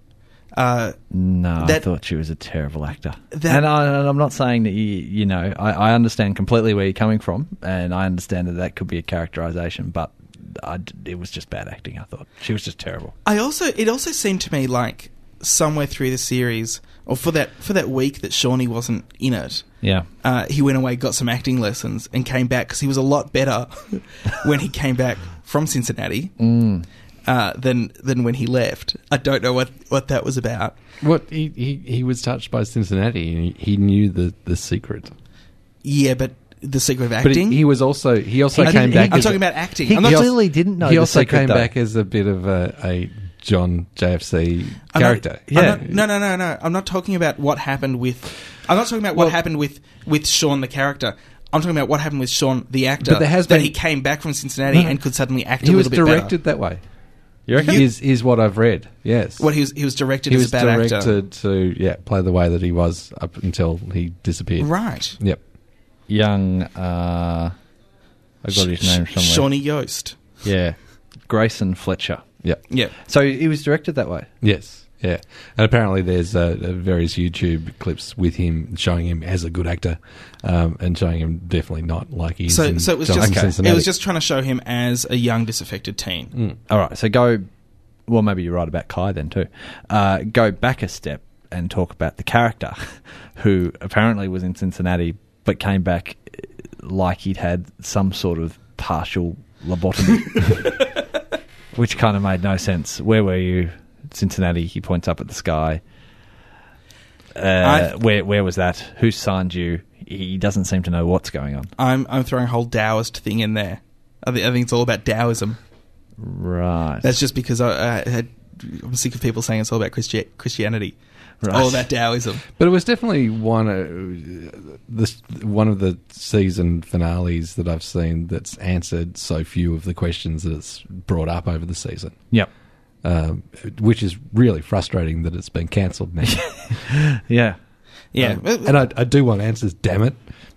Speaker 2: Uh,
Speaker 3: No, I
Speaker 2: That-
Speaker 3: thought she was a terrible actor.
Speaker 2: That-
Speaker 3: and, I, and I'm not saying that you, you know, I, I understand completely where you're coming from, and I understand that that could be a characterization, but I d it was just bad acting. I thought she was just terrible.
Speaker 2: I also it also seemed to me like somewhere through the series or for that for that week that Shawnee wasn't in it.
Speaker 3: Yeah.
Speaker 2: Uh, he went away, got some acting lessons, and came back because he was a lot better when he came back from Cincinnati
Speaker 3: Mm.
Speaker 2: uh, than than when he left. I don't know what, what that was about.
Speaker 4: What he, he he was touched by Cincinnati. and He, he knew the the secret.
Speaker 2: Yeah, but the secret of
Speaker 4: But he,
Speaker 2: acting.
Speaker 4: he was also he also
Speaker 2: He-
Speaker 4: came
Speaker 2: he-
Speaker 4: back.
Speaker 2: I'm
Speaker 4: as
Speaker 2: talking
Speaker 4: a-
Speaker 2: about acting. I'm not
Speaker 4: also-
Speaker 2: clearly
Speaker 3: didn't know
Speaker 4: He
Speaker 3: the
Speaker 4: also
Speaker 3: secret,
Speaker 4: came
Speaker 3: though.
Speaker 4: back as a bit of a, a John JFC
Speaker 2: I'm not-
Speaker 4: character.
Speaker 2: I'm not- no, no, no, no. I'm not talking about what happened with. I'm not talking about what happened with with Sean the character. I'm talking about what happened with Sean the actor.
Speaker 4: But there has
Speaker 2: that
Speaker 4: been-
Speaker 2: he came back from Cincinnati
Speaker 4: No.
Speaker 2: and could suddenly act
Speaker 4: he
Speaker 2: a
Speaker 4: was
Speaker 2: little bit
Speaker 4: directed
Speaker 2: better.
Speaker 4: that way.
Speaker 3: You reckon?
Speaker 4: Is is what I've read? Yes.
Speaker 2: Well, he was he was directed
Speaker 4: he
Speaker 2: as
Speaker 4: was
Speaker 2: a bad
Speaker 4: directed
Speaker 2: actor.
Speaker 4: to yeah play the way that he was up until he disappeared.
Speaker 2: Right.
Speaker 4: Yep.
Speaker 3: Young, uh, I got his name
Speaker 2: Sh-
Speaker 3: somewhere.
Speaker 2: Shawnee Yost.
Speaker 3: Yeah. Grayson Fletcher.
Speaker 4: Yep.
Speaker 2: Yeah.
Speaker 3: So he was directed that way.
Speaker 4: Yes. Yeah. And apparently, there's uh, uh, various YouTube clips with him showing him as a good actor, um, and showing him definitely not like he is.
Speaker 2: So
Speaker 4: in
Speaker 2: so it was
Speaker 4: John
Speaker 2: just
Speaker 4: Cincinnati.
Speaker 2: it was just trying to show him as a young disaffected teen.
Speaker 3: All right, so go. Well, maybe you're right about Kai then too. Uh, go back a step and talk about the character who apparently was in Cincinnati but came back eh, like he'd had some sort of partial lobotomy, which kind of made no sense. Where were you? Cincinnati. He points up at the sky. Uh, where where was that? Who signed you? He doesn't seem to know what's going on.
Speaker 2: I'm I'm throwing a whole Taoist thing in there. I think, I think it's all about Taoism.
Speaker 3: Right.
Speaker 2: That's just because I, I had, I'm sick of people saying it's all about Christi- Christianity. It's
Speaker 4: Right.
Speaker 2: all about Taoism.
Speaker 4: But it was definitely one of this one of the season finales that I've seen that's answered so few of the questions that it's brought up over the season.
Speaker 3: Yep.
Speaker 4: Um, which is really frustrating that it's been cancelled now.
Speaker 3: yeah.
Speaker 2: Yeah.
Speaker 4: and I, I do want answers, damn it.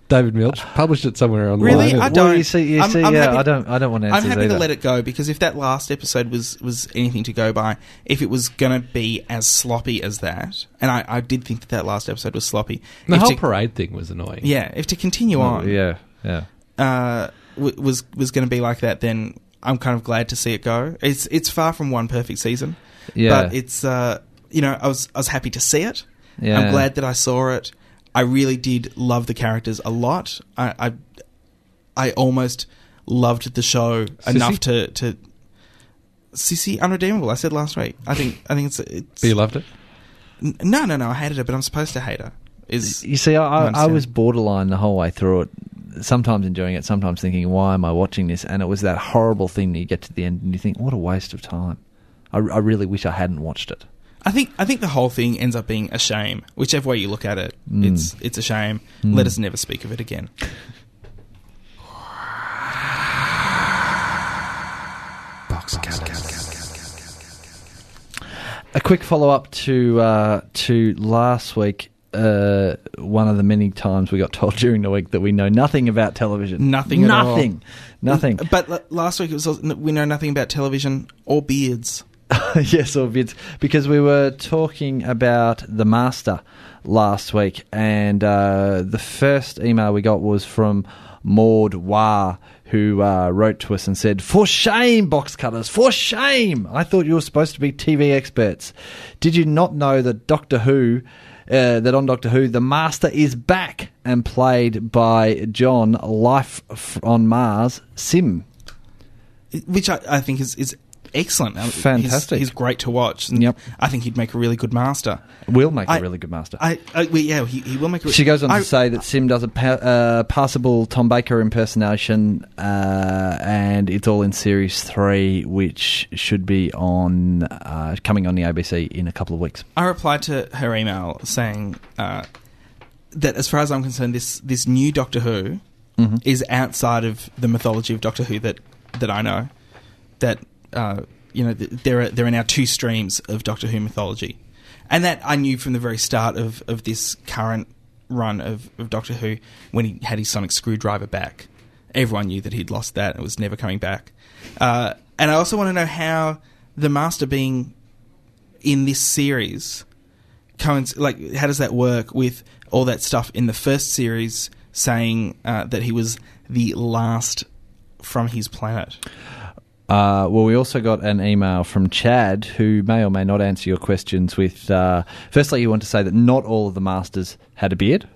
Speaker 4: David Milch published it somewhere online.
Speaker 2: Really, I don't.
Speaker 3: you see- you see, yeah, I don't- I don't want
Speaker 2: I'm
Speaker 3: answers
Speaker 2: happy to
Speaker 3: either.
Speaker 2: let it go because if that last episode was was anything to go by, if it was going to be as sloppy as that, and I, I did think that that last episode was sloppy.
Speaker 4: The
Speaker 2: if
Speaker 4: whole
Speaker 2: to-
Speaker 4: parade thing was annoying.
Speaker 2: Yeah, if to
Speaker 3: Oh,
Speaker 2: continue on,
Speaker 3: Yeah. Yeah.
Speaker 2: uh, w- was was going to be like that, then I'm kind of glad to see it go. It's it's far from one perfect season,
Speaker 3: Yeah.
Speaker 2: But it's uh, you know, I was I was happy to see it.
Speaker 3: Yeah.
Speaker 2: I'm glad that I saw it. I really did love the characters a lot. I I, I almost loved the show
Speaker 4: Sissy?
Speaker 2: enough to to. Sissy unredeemable. I said last week. I think. I think it's. it's
Speaker 4: But you loved it?
Speaker 2: N- No, no, no. I hated her, but I'm supposed to hate her. Is
Speaker 3: You see, I, I, I
Speaker 2: understand.
Speaker 3: was borderline the whole way through it. Sometimes enjoying it, sometimes thinking, "Why am I watching this?" And it was that horrible thing that you get to the end and you think, "What a waste of time." I, I really wish I hadn't watched it.
Speaker 2: I think I think the whole thing ends up being a shame, whichever way you look at it.
Speaker 3: Mm.
Speaker 2: It's it's a shame.
Speaker 3: Mm.
Speaker 2: Let us never speak of it again.
Speaker 3: A quick follow up to uh, to last week. Uh, one of the many times we got told during the week that we know nothing about television.
Speaker 2: Nothing at all.
Speaker 3: Nothing. Nothing.
Speaker 2: But l- last week it was also- n- we know nothing about television or beards.
Speaker 3: yes, or bits. Because we were talking about The Master last week, and uh, the first email we got was from Maud Wah, who uh, wrote to us and said, For shame, box cutters, for shame! I thought you were supposed to be TV experts. Did you not know that Doctor Who. Uh, that on Doctor Who, the Master is back and played by John Life f- on Mars Sim.
Speaker 2: which I, I think is is excellent. Uh, he's-
Speaker 3: Fantastic.
Speaker 2: He's, great to watch. And
Speaker 3: Yep.
Speaker 2: I think he'd make a really good master.
Speaker 3: Will make a
Speaker 2: I-
Speaker 3: really good Master.
Speaker 2: I, I well, yeah, he, he will make. A,
Speaker 3: She goes on
Speaker 2: I-
Speaker 3: to say that Sim does a pa- uh, passable Tom Baker impersonation, uh, and it's all in series three, which should be on uh, coming on the ABC in a couple of weeks.
Speaker 2: I replied to her email saying uh, that, as far as I'm concerned, this this new Doctor Who
Speaker 3: Mhm.
Speaker 2: is outside of the mythology of Doctor Who that that I know. That uh, you know, th- there are there are now two streams of Doctor Who mythology, and that I knew from the very start of of this current run of, of Doctor Who when he had his sonic screwdriver back. Everyone knew that he'd lost that; and it was never coming back. Uh, and I also want to know how the Master being in this series coinc- like how does that work with all that stuff in the first series saying uh, that he was the last from his planet
Speaker 3: Uh, well, we also got an email from Chad, who may or may not answer your questions. With uh, firstly, he wanted to say that not all of the masters had a beard.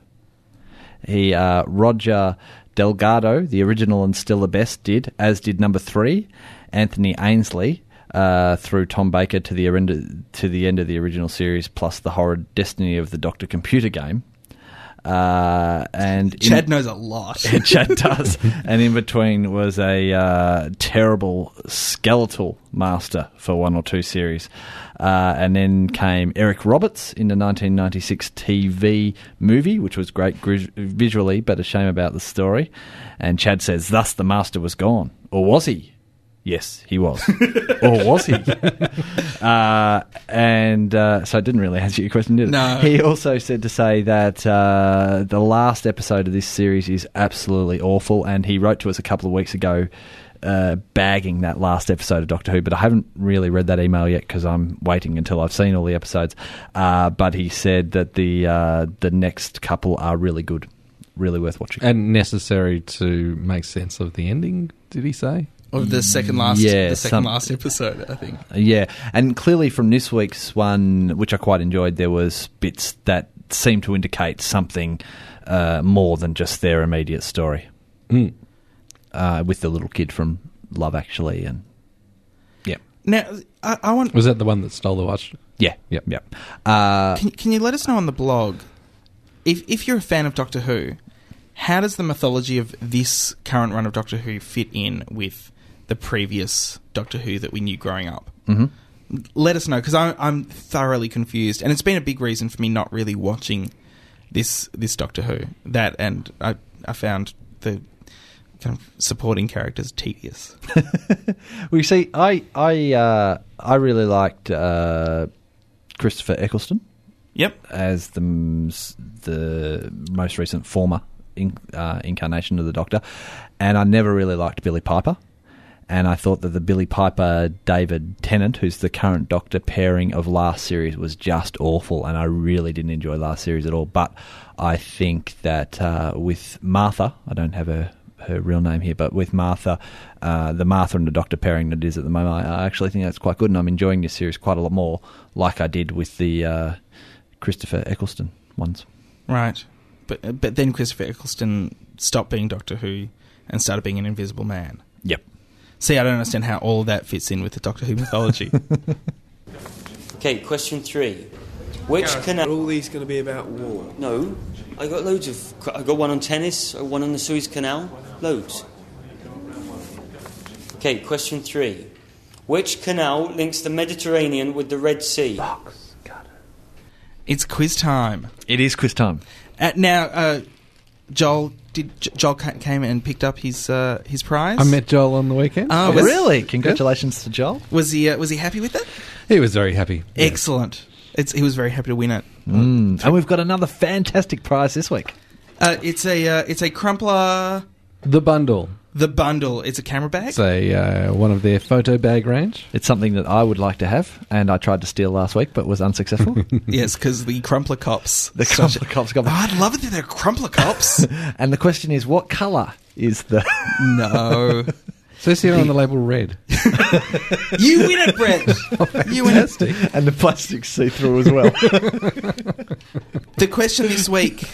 Speaker 3: He uh, Roger Delgado, the original and still the best, did as did number three, Anthony Ainsley. Uh, through Tom Baker to the end to the end of the original series, plus the horrid Destiny of the Doctor Computer game, uh, and in-
Speaker 2: chad knows a lot
Speaker 3: Chad does. and in between was a uh, terrible skeletal master for one or two series. Uh, and then came Eric Roberts in the 1996 TV movie, which was great gri- visually, but a shame about the story. And Chad says, Thus the master was gone. Or was he? Yes, he was. or was he? uh, and uh, so it didn't really answer your question, did it?
Speaker 2: No.
Speaker 3: He also said to say that uh, the last episode of this series is absolutely awful, and he wrote to us a couple of weeks ago. Uh, bagging that last episode of Doctor Who, but I haven't really read that email yet because I'm waiting until I've seen all the episodes. Uh, but he said that the uh, the next couple are really good, really worth watching.
Speaker 4: And necessary to make sense of the ending, did he say?
Speaker 2: of the second last
Speaker 3: Yeah,
Speaker 2: the second
Speaker 3: some-
Speaker 2: last episode i think
Speaker 3: Yeah, and clearly from this week's one, which I quite enjoyed, there was bits that seemed to indicate something uh, more than just their immediate story.
Speaker 4: Mm.
Speaker 3: Uh, with the little kid from Love Actually, and yeah,
Speaker 2: Now, I, I want.
Speaker 4: Was that the one that stole the watch?
Speaker 3: Yeah.
Speaker 4: Yep.
Speaker 3: Yep. Uh,
Speaker 2: Can, can you let us know on the blog if if you're a fan of Doctor Who, how does the mythology of this current run of Doctor Who fit in with the previous Doctor Who that we knew growing up?
Speaker 3: Mhm.
Speaker 2: Let us know because I'm thoroughly confused, and it's been a big reason for me not really watching this this Doctor Who. That and I I found the kind of supporting characters tedious.
Speaker 3: We see. I I uh, I really liked uh, Christopher Eccleston.
Speaker 2: Yep.
Speaker 3: As the m- s- the most recent former in, uh, incarnation of the Doctor, and I never really liked Billy Piper. And I thought that the Billy Piper David Tennant, who's the current Doctor pairing of last series, was just awful, and I really didn't enjoy last series at all. But I think that uh, with Martha, I don't have her her real name here, but with Martha, uh, the Martha and the Doctor pairing that it is at the moment, I actually think that's quite good, and I'm enjoying this series quite a lot more, like I did with the uh, Christopher Eccleston ones.
Speaker 2: Right. But but then Christopher Eccleston stopped being Doctor Who and started being an Invisible Man.
Speaker 3: Yep.
Speaker 2: See, I don't understand how all that fits in with the Doctor Who mythology.
Speaker 13: Okay, question three. Which
Speaker 14: Gareth,
Speaker 13: can
Speaker 14: are all these going to be about war?
Speaker 13: No, I got loads of. I got one on tennis, uh, one on the Suez Canal, loads. Okay, question three. Which canal links the Mediterranean with the Red Sea?
Speaker 2: it's quiz time.
Speaker 3: It is quiz time.
Speaker 2: Uh, now, uh, Joel did J- Joel ca- came and picked up his uh, his prize.
Speaker 4: I met Joel on the weekend.
Speaker 2: Oh, was-
Speaker 3: really? Congratulations to Joel.
Speaker 2: Was he uh, was he happy with it?
Speaker 4: He was very happy.
Speaker 2: Excellent. It's, he was very happy to win it.
Speaker 3: Mm. And we've got another fantastic prize this week.
Speaker 2: Uh, it's a uh, it's a crumpler
Speaker 4: The bundle.
Speaker 2: the bundle. It's a camera bag.
Speaker 4: It's a uh, one of their photo bag range.
Speaker 3: It's something that I would like to have, and I tried to steal last week, but was unsuccessful.
Speaker 2: yes, because the crumpler cops. Oh,
Speaker 3: The Crumpler Cops got
Speaker 2: I'd love it if they're crumpler cops.
Speaker 3: And the question is, what colour is the?
Speaker 2: no.
Speaker 4: So see on the label red.
Speaker 2: You win it, Brett. you win it.
Speaker 3: and the plastic see-through as well.
Speaker 2: The question this week,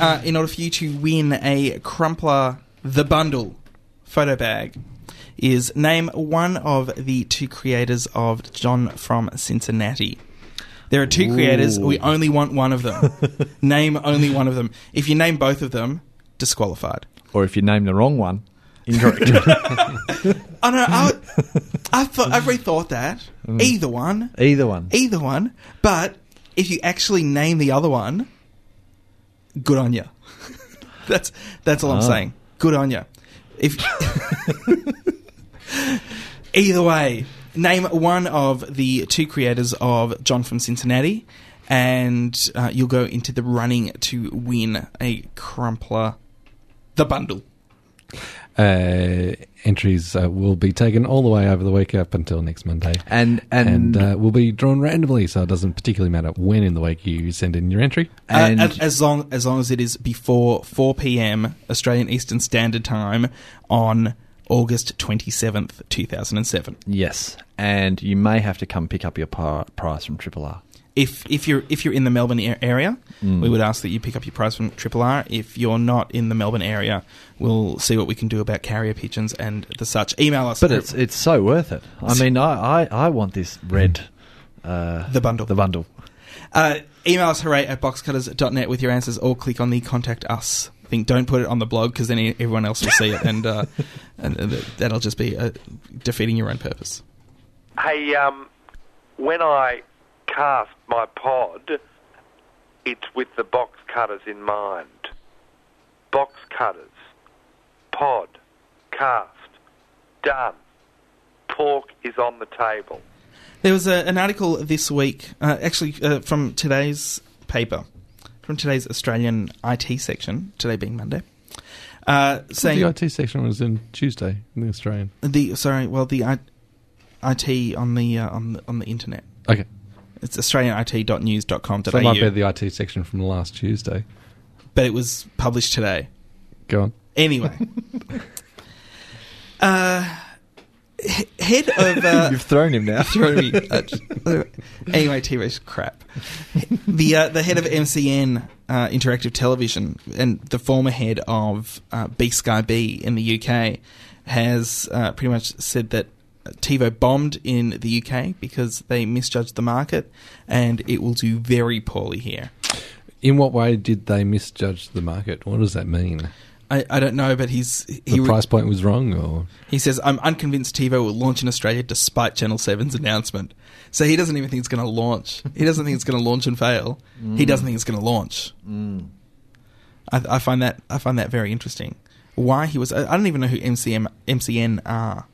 Speaker 2: uh, in order for you to win a Crumpler the Bundle photo bag, is name one of the two creators of John from Cincinnati. There are two creators. We only want one of them. name only one of them. If you name both of them, disqualified.
Speaker 3: or if you name the wrong one, incorrect.
Speaker 2: I know. I, I thought, I've rethought that. Either one.
Speaker 3: Either one.
Speaker 2: Either one. But if you actually name the other one, good on you. that's that's all I'm
Speaker 3: Ah.
Speaker 2: saying. Good on you. If either way, name one of the two creators of John from Cincinnati, and uh, you'll go into the running to win a Crumpler, the bundle.
Speaker 4: Uh, entries uh, will be taken all the way over the week up until next Monday.
Speaker 3: And
Speaker 4: And
Speaker 3: and
Speaker 4: uh, will be drawn randomly, so it doesn't particularly matter when in the week you send in your entry.
Speaker 3: and
Speaker 2: uh, as- as long as long as it is before 4 p.m. Australian Eastern Standard Time on August 27th, 2007.
Speaker 3: yes, and you may have to come pick up your par- prize from Triple R.
Speaker 2: If if you're if you're in the Melbourne a- area,
Speaker 3: Mm.
Speaker 2: we would ask that you pick up your prize from Triple R. If you're not in the Melbourne area, we'll see what we can do about carrier pigeons and the such. Email us.
Speaker 3: But it's it's so worth it. I mean, I I, I want this red. Uh,
Speaker 2: the bundle.
Speaker 3: the bundle.
Speaker 2: Uh, email us hooray at boxcutters.net with your answers or click on the contact us thing. Don't put it on the blog because then e- everyone else will see it and, uh, and uh, that'll just be uh, defeating your own purpose.
Speaker 15: Hey, um, when I cast my pod, it's with the box cutters in mind. Box cutters, pod, cast, done. Pork is on the table.
Speaker 2: There was a, an article this week, uh, actually uh, from today's paper, from today's Australian IT section, today being Monday, uh, saying
Speaker 4: the IT section was in Tuesday in the Australian.
Speaker 2: the sorry, well the I, IT on the uh, on the on the internet.
Speaker 4: Okay.
Speaker 2: It's australianit.news.com.au,
Speaker 4: So it might be the IT section from last Tuesday.
Speaker 2: but it was published today.
Speaker 4: Go on.
Speaker 2: Anyway. uh, he- head of. Uh,
Speaker 3: You've thrown him now.
Speaker 2: throw me. uh, anyway, T Rex crap. The, uh, the head of MCN uh, Interactive Television and the former head of uh, B Sky B in the UK has uh, pretty much said that TiVo bombed in the UK because they misjudged the market, and it will do very poorly here.
Speaker 4: In what way did they misjudge the market? What does that mean?
Speaker 2: I, I don't know, but he's he
Speaker 4: The
Speaker 2: re-
Speaker 4: price point was wrong, or
Speaker 2: he says I'm unconvinced TiVo will launch in Australia despite Channel 7's announcement. So he doesn't even think it's going to launch. He doesn't think it's going to launch and fail. He
Speaker 3: Mm.
Speaker 2: doesn't think it's going to launch.
Speaker 3: Mm.
Speaker 2: I, I find that I find that very interesting. Why he was I I don't even know who MCM MCN are.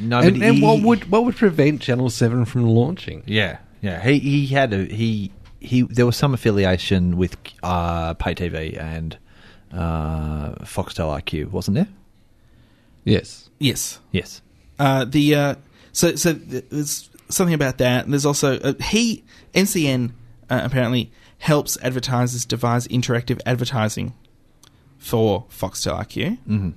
Speaker 4: and, and what would what would prevent Channel Seven from launching?
Speaker 3: Yeah, yeah. He he had a he he. There was some affiliation with uh, pay TV and uh, Foxtel IQ, wasn't there?
Speaker 4: Yes.
Speaker 2: Yes.
Speaker 3: Yes.
Speaker 2: Uh, the uh, so so th- there's something about that. And there's also uh, he MCN uh, apparently helps advertisers devise interactive advertising for Foxtel IQ.
Speaker 4: Mm-hmm.
Speaker 3: Mhm.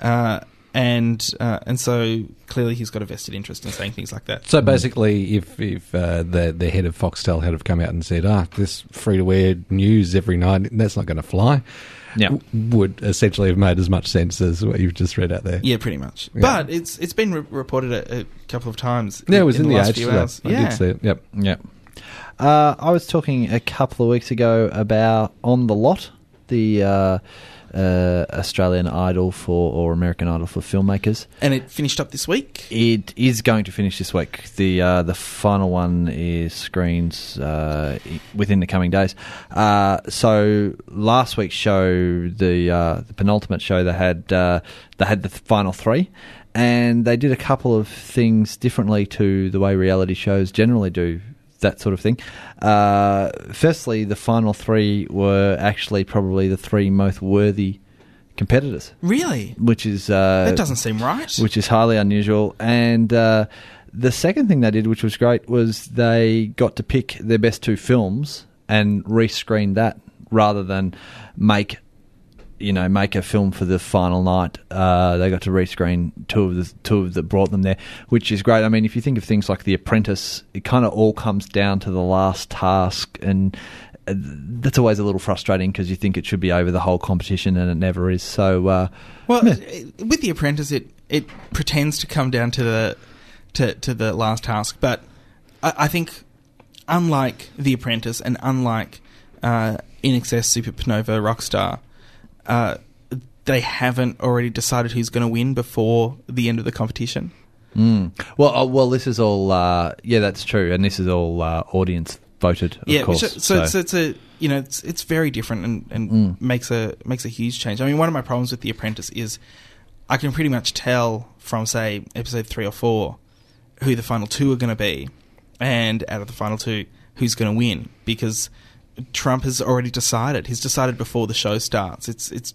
Speaker 2: Uh, and uh, and so clearly he's got a vested interest in saying things like that.
Speaker 4: So basically, if if uh, the the head of Foxtel had have come out and said, "Ah, this free to wear news every night, that's not going to fly,"
Speaker 3: Yeah.
Speaker 4: w- would essentially have made as much sense as what you've just read out there.
Speaker 2: Yeah, pretty much.
Speaker 4: Yeah.
Speaker 2: But it's it's been re- reported a, a couple of times.
Speaker 4: Yeah, it was in the
Speaker 2: last
Speaker 4: Age
Speaker 2: few
Speaker 4: today.
Speaker 2: hours.
Speaker 4: I did
Speaker 2: yeah.
Speaker 4: see it. Yep.
Speaker 3: Yep. Uh, I was talking a couple of weeks ago about On the Lot, the uh, uh, Australian Idol for or American Idol for filmmakers.
Speaker 2: And it finished up this week.
Speaker 3: It is going to finish this week. The uh, the final one is screens uh, i- within the coming days. Uh, so last week's show, the uh, the penultimate show, they had uh, they had the final three, and they did a couple of things differently to the way reality shows generally do that sort of thing. Uh, firstly, the final three were actually probably the three most worthy competitors.
Speaker 2: Really?
Speaker 3: Which is uh,
Speaker 2: That doesn't seem right.
Speaker 3: which is highly unusual. And uh, the second thing they did, which was great, was they got to pick their best two films and rescreen that rather than make you know make a film for the final night. Uh, they got to rescreen two of the two of that brought them there, which is great. I mean, if you think of things like The Apprentice, it kind of all comes down to the last task and. uh, That's always a little frustrating because you think it should be over the whole competition and it never is. So, uh,
Speaker 2: Well, it- with The Apprentice, it it pretends to come down to the to to the last task, but I, I think unlike The Apprentice and unlike uh, In Excess, Supernova, Rockstar, uh, they haven't already decided who's going to win before the end of the competition.
Speaker 3: Mm. Well, oh, well, this is all. Uh, yeah, that's true, and this is all uh, audience voted. Of
Speaker 2: yeah,
Speaker 3: course.
Speaker 2: which, so, so it's a you know it's it's very different and, and
Speaker 3: Mm.
Speaker 2: makes a makes a huge change. I mean, one of my problems with The Apprentice is I can pretty much tell from say episode three or four who the final two are going to be, and out of the final two, who's going to win because Trump has already decided. He's decided before the show starts. It's it's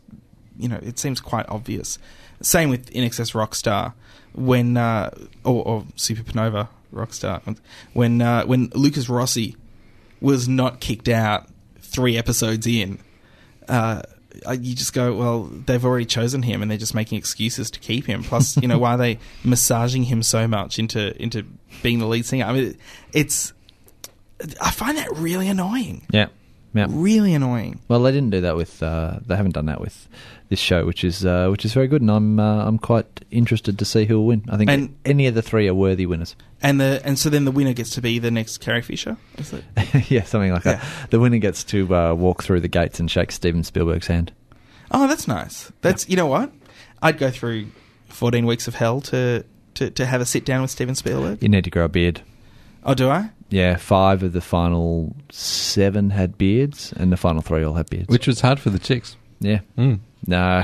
Speaker 2: you know it seems quite obvious. Same with In Excess Rockstar when uh, or, or Supernova Rockstar when uh, when Lucas Rossi was not kicked out three episodes in, uh, I- you just go, well, they've already chosen him, and they're just making excuses to keep him. Plus, you know, why are they massaging him so much into into being the lead singer? I mean, it's I find that really annoying,
Speaker 3: yeah, yeah.
Speaker 2: really annoying.
Speaker 3: Well, they didn't do that with. Uh, they haven't done that with this show, which is uh, which is very good, and I'm uh, I'm quite interested to see who will win. I think
Speaker 2: And-
Speaker 3: any of the three are worthy winners.
Speaker 2: And the and so then the winner gets to be the next Carrie Fisher. Is it?
Speaker 3: yeah, something like that. The winner gets to uh, walk through the gates and shake Steven Spielberg's hand.
Speaker 2: Oh, that's nice. That's you know what, I'd go through fourteen weeks of hell to to, to have a sit down with Steven Spielberg.
Speaker 3: You need to grow a beard.
Speaker 2: Oh, do I?
Speaker 3: Yeah, five of the final seven had beards, and the final three all had beards.
Speaker 4: Which was hard for the chicks.
Speaker 3: Yeah.
Speaker 4: Mm.
Speaker 3: No,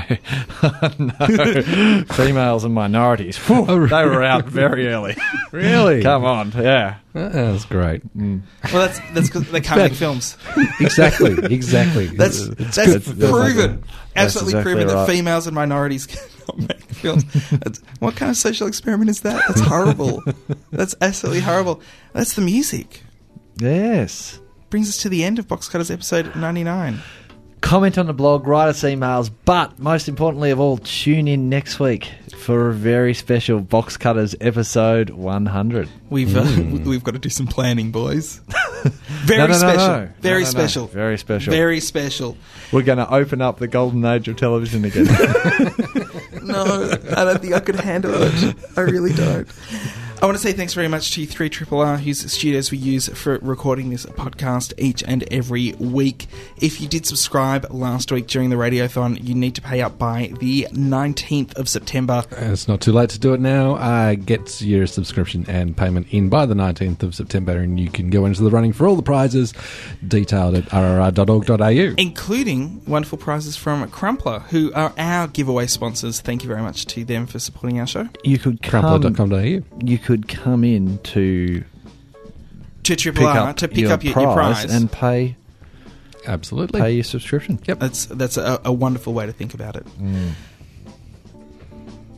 Speaker 3: no. Females and minorities. Whew, they were out very early.
Speaker 4: Oh, Really?
Speaker 3: Come on, yeah.
Speaker 4: Uh, that's great.
Speaker 2: Well, that's that's because they can't make films.
Speaker 4: exactly. Exactly.
Speaker 2: That's
Speaker 4: It's
Speaker 2: that's
Speaker 4: good.
Speaker 2: proven,
Speaker 3: That's
Speaker 2: absolutely
Speaker 3: exactly
Speaker 2: proven
Speaker 3: right.
Speaker 2: that females and minorities cannot make films. That's, what kind of social experiment is that? That's horrible. that's absolutely horrible. That's the music.
Speaker 3: Yes.
Speaker 2: Brings us to the end of Box Cutters episode ninety nine.
Speaker 3: Comment on the blog, write us emails, but most importantly of all, tune in next week for a very special Box Cutters episode 100.
Speaker 2: We've uh, we've got to do some planning, boys. Very
Speaker 3: Hmm. No, no, no,
Speaker 2: special.
Speaker 3: no.
Speaker 2: Very
Speaker 3: No, no, no.
Speaker 2: special.
Speaker 3: Very special.
Speaker 2: Very special.
Speaker 3: We're going to open up the golden age of television again.
Speaker 2: no, I don't think I could handle it. I really don't. I want to say thanks very much to 3 R, whose studios we use for recording this podcast each and every week. If you did subscribe last week during the Radiothon, you need to pay up by the 19th of September.
Speaker 4: And it's not too late to do it now. Uh, get your subscription and payment in by the 19th of September, and you can go into the running for all the prizes detailed at rrr.org.au.
Speaker 2: Including wonderful prizes from Crumpler, who are our giveaway sponsors. Thank you very much to them for supporting our show.
Speaker 3: You could come.
Speaker 4: Crumpler.com.au.
Speaker 3: You could come in to
Speaker 2: To Triple R to pick up your, your prize.
Speaker 3: and pay
Speaker 4: absolutely
Speaker 3: pay your subscription.
Speaker 4: Yep,
Speaker 2: that's that's a, a wonderful way to think about it.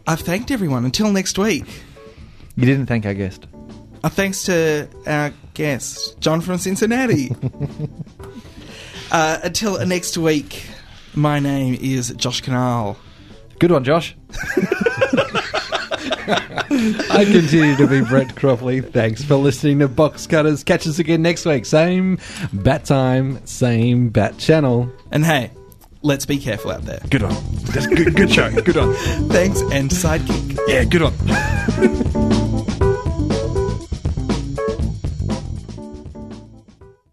Speaker 2: I've thanked everyone. Until next week.
Speaker 3: You didn't thank our guest.
Speaker 2: Our thanks to our guest, John from Cincinnati. uh, until next week, my name is Josh Canal.
Speaker 3: Good one, Josh.
Speaker 4: I continue to be Brett Cropley. Thanks for listening to Box Cutters. Catch us again next week. Same bat time, same bat channel.
Speaker 2: And hey, let's be careful out there.
Speaker 4: Good on. That's good, good show. Good on.
Speaker 2: Thanks and sidekick.
Speaker 4: Yeah, good on.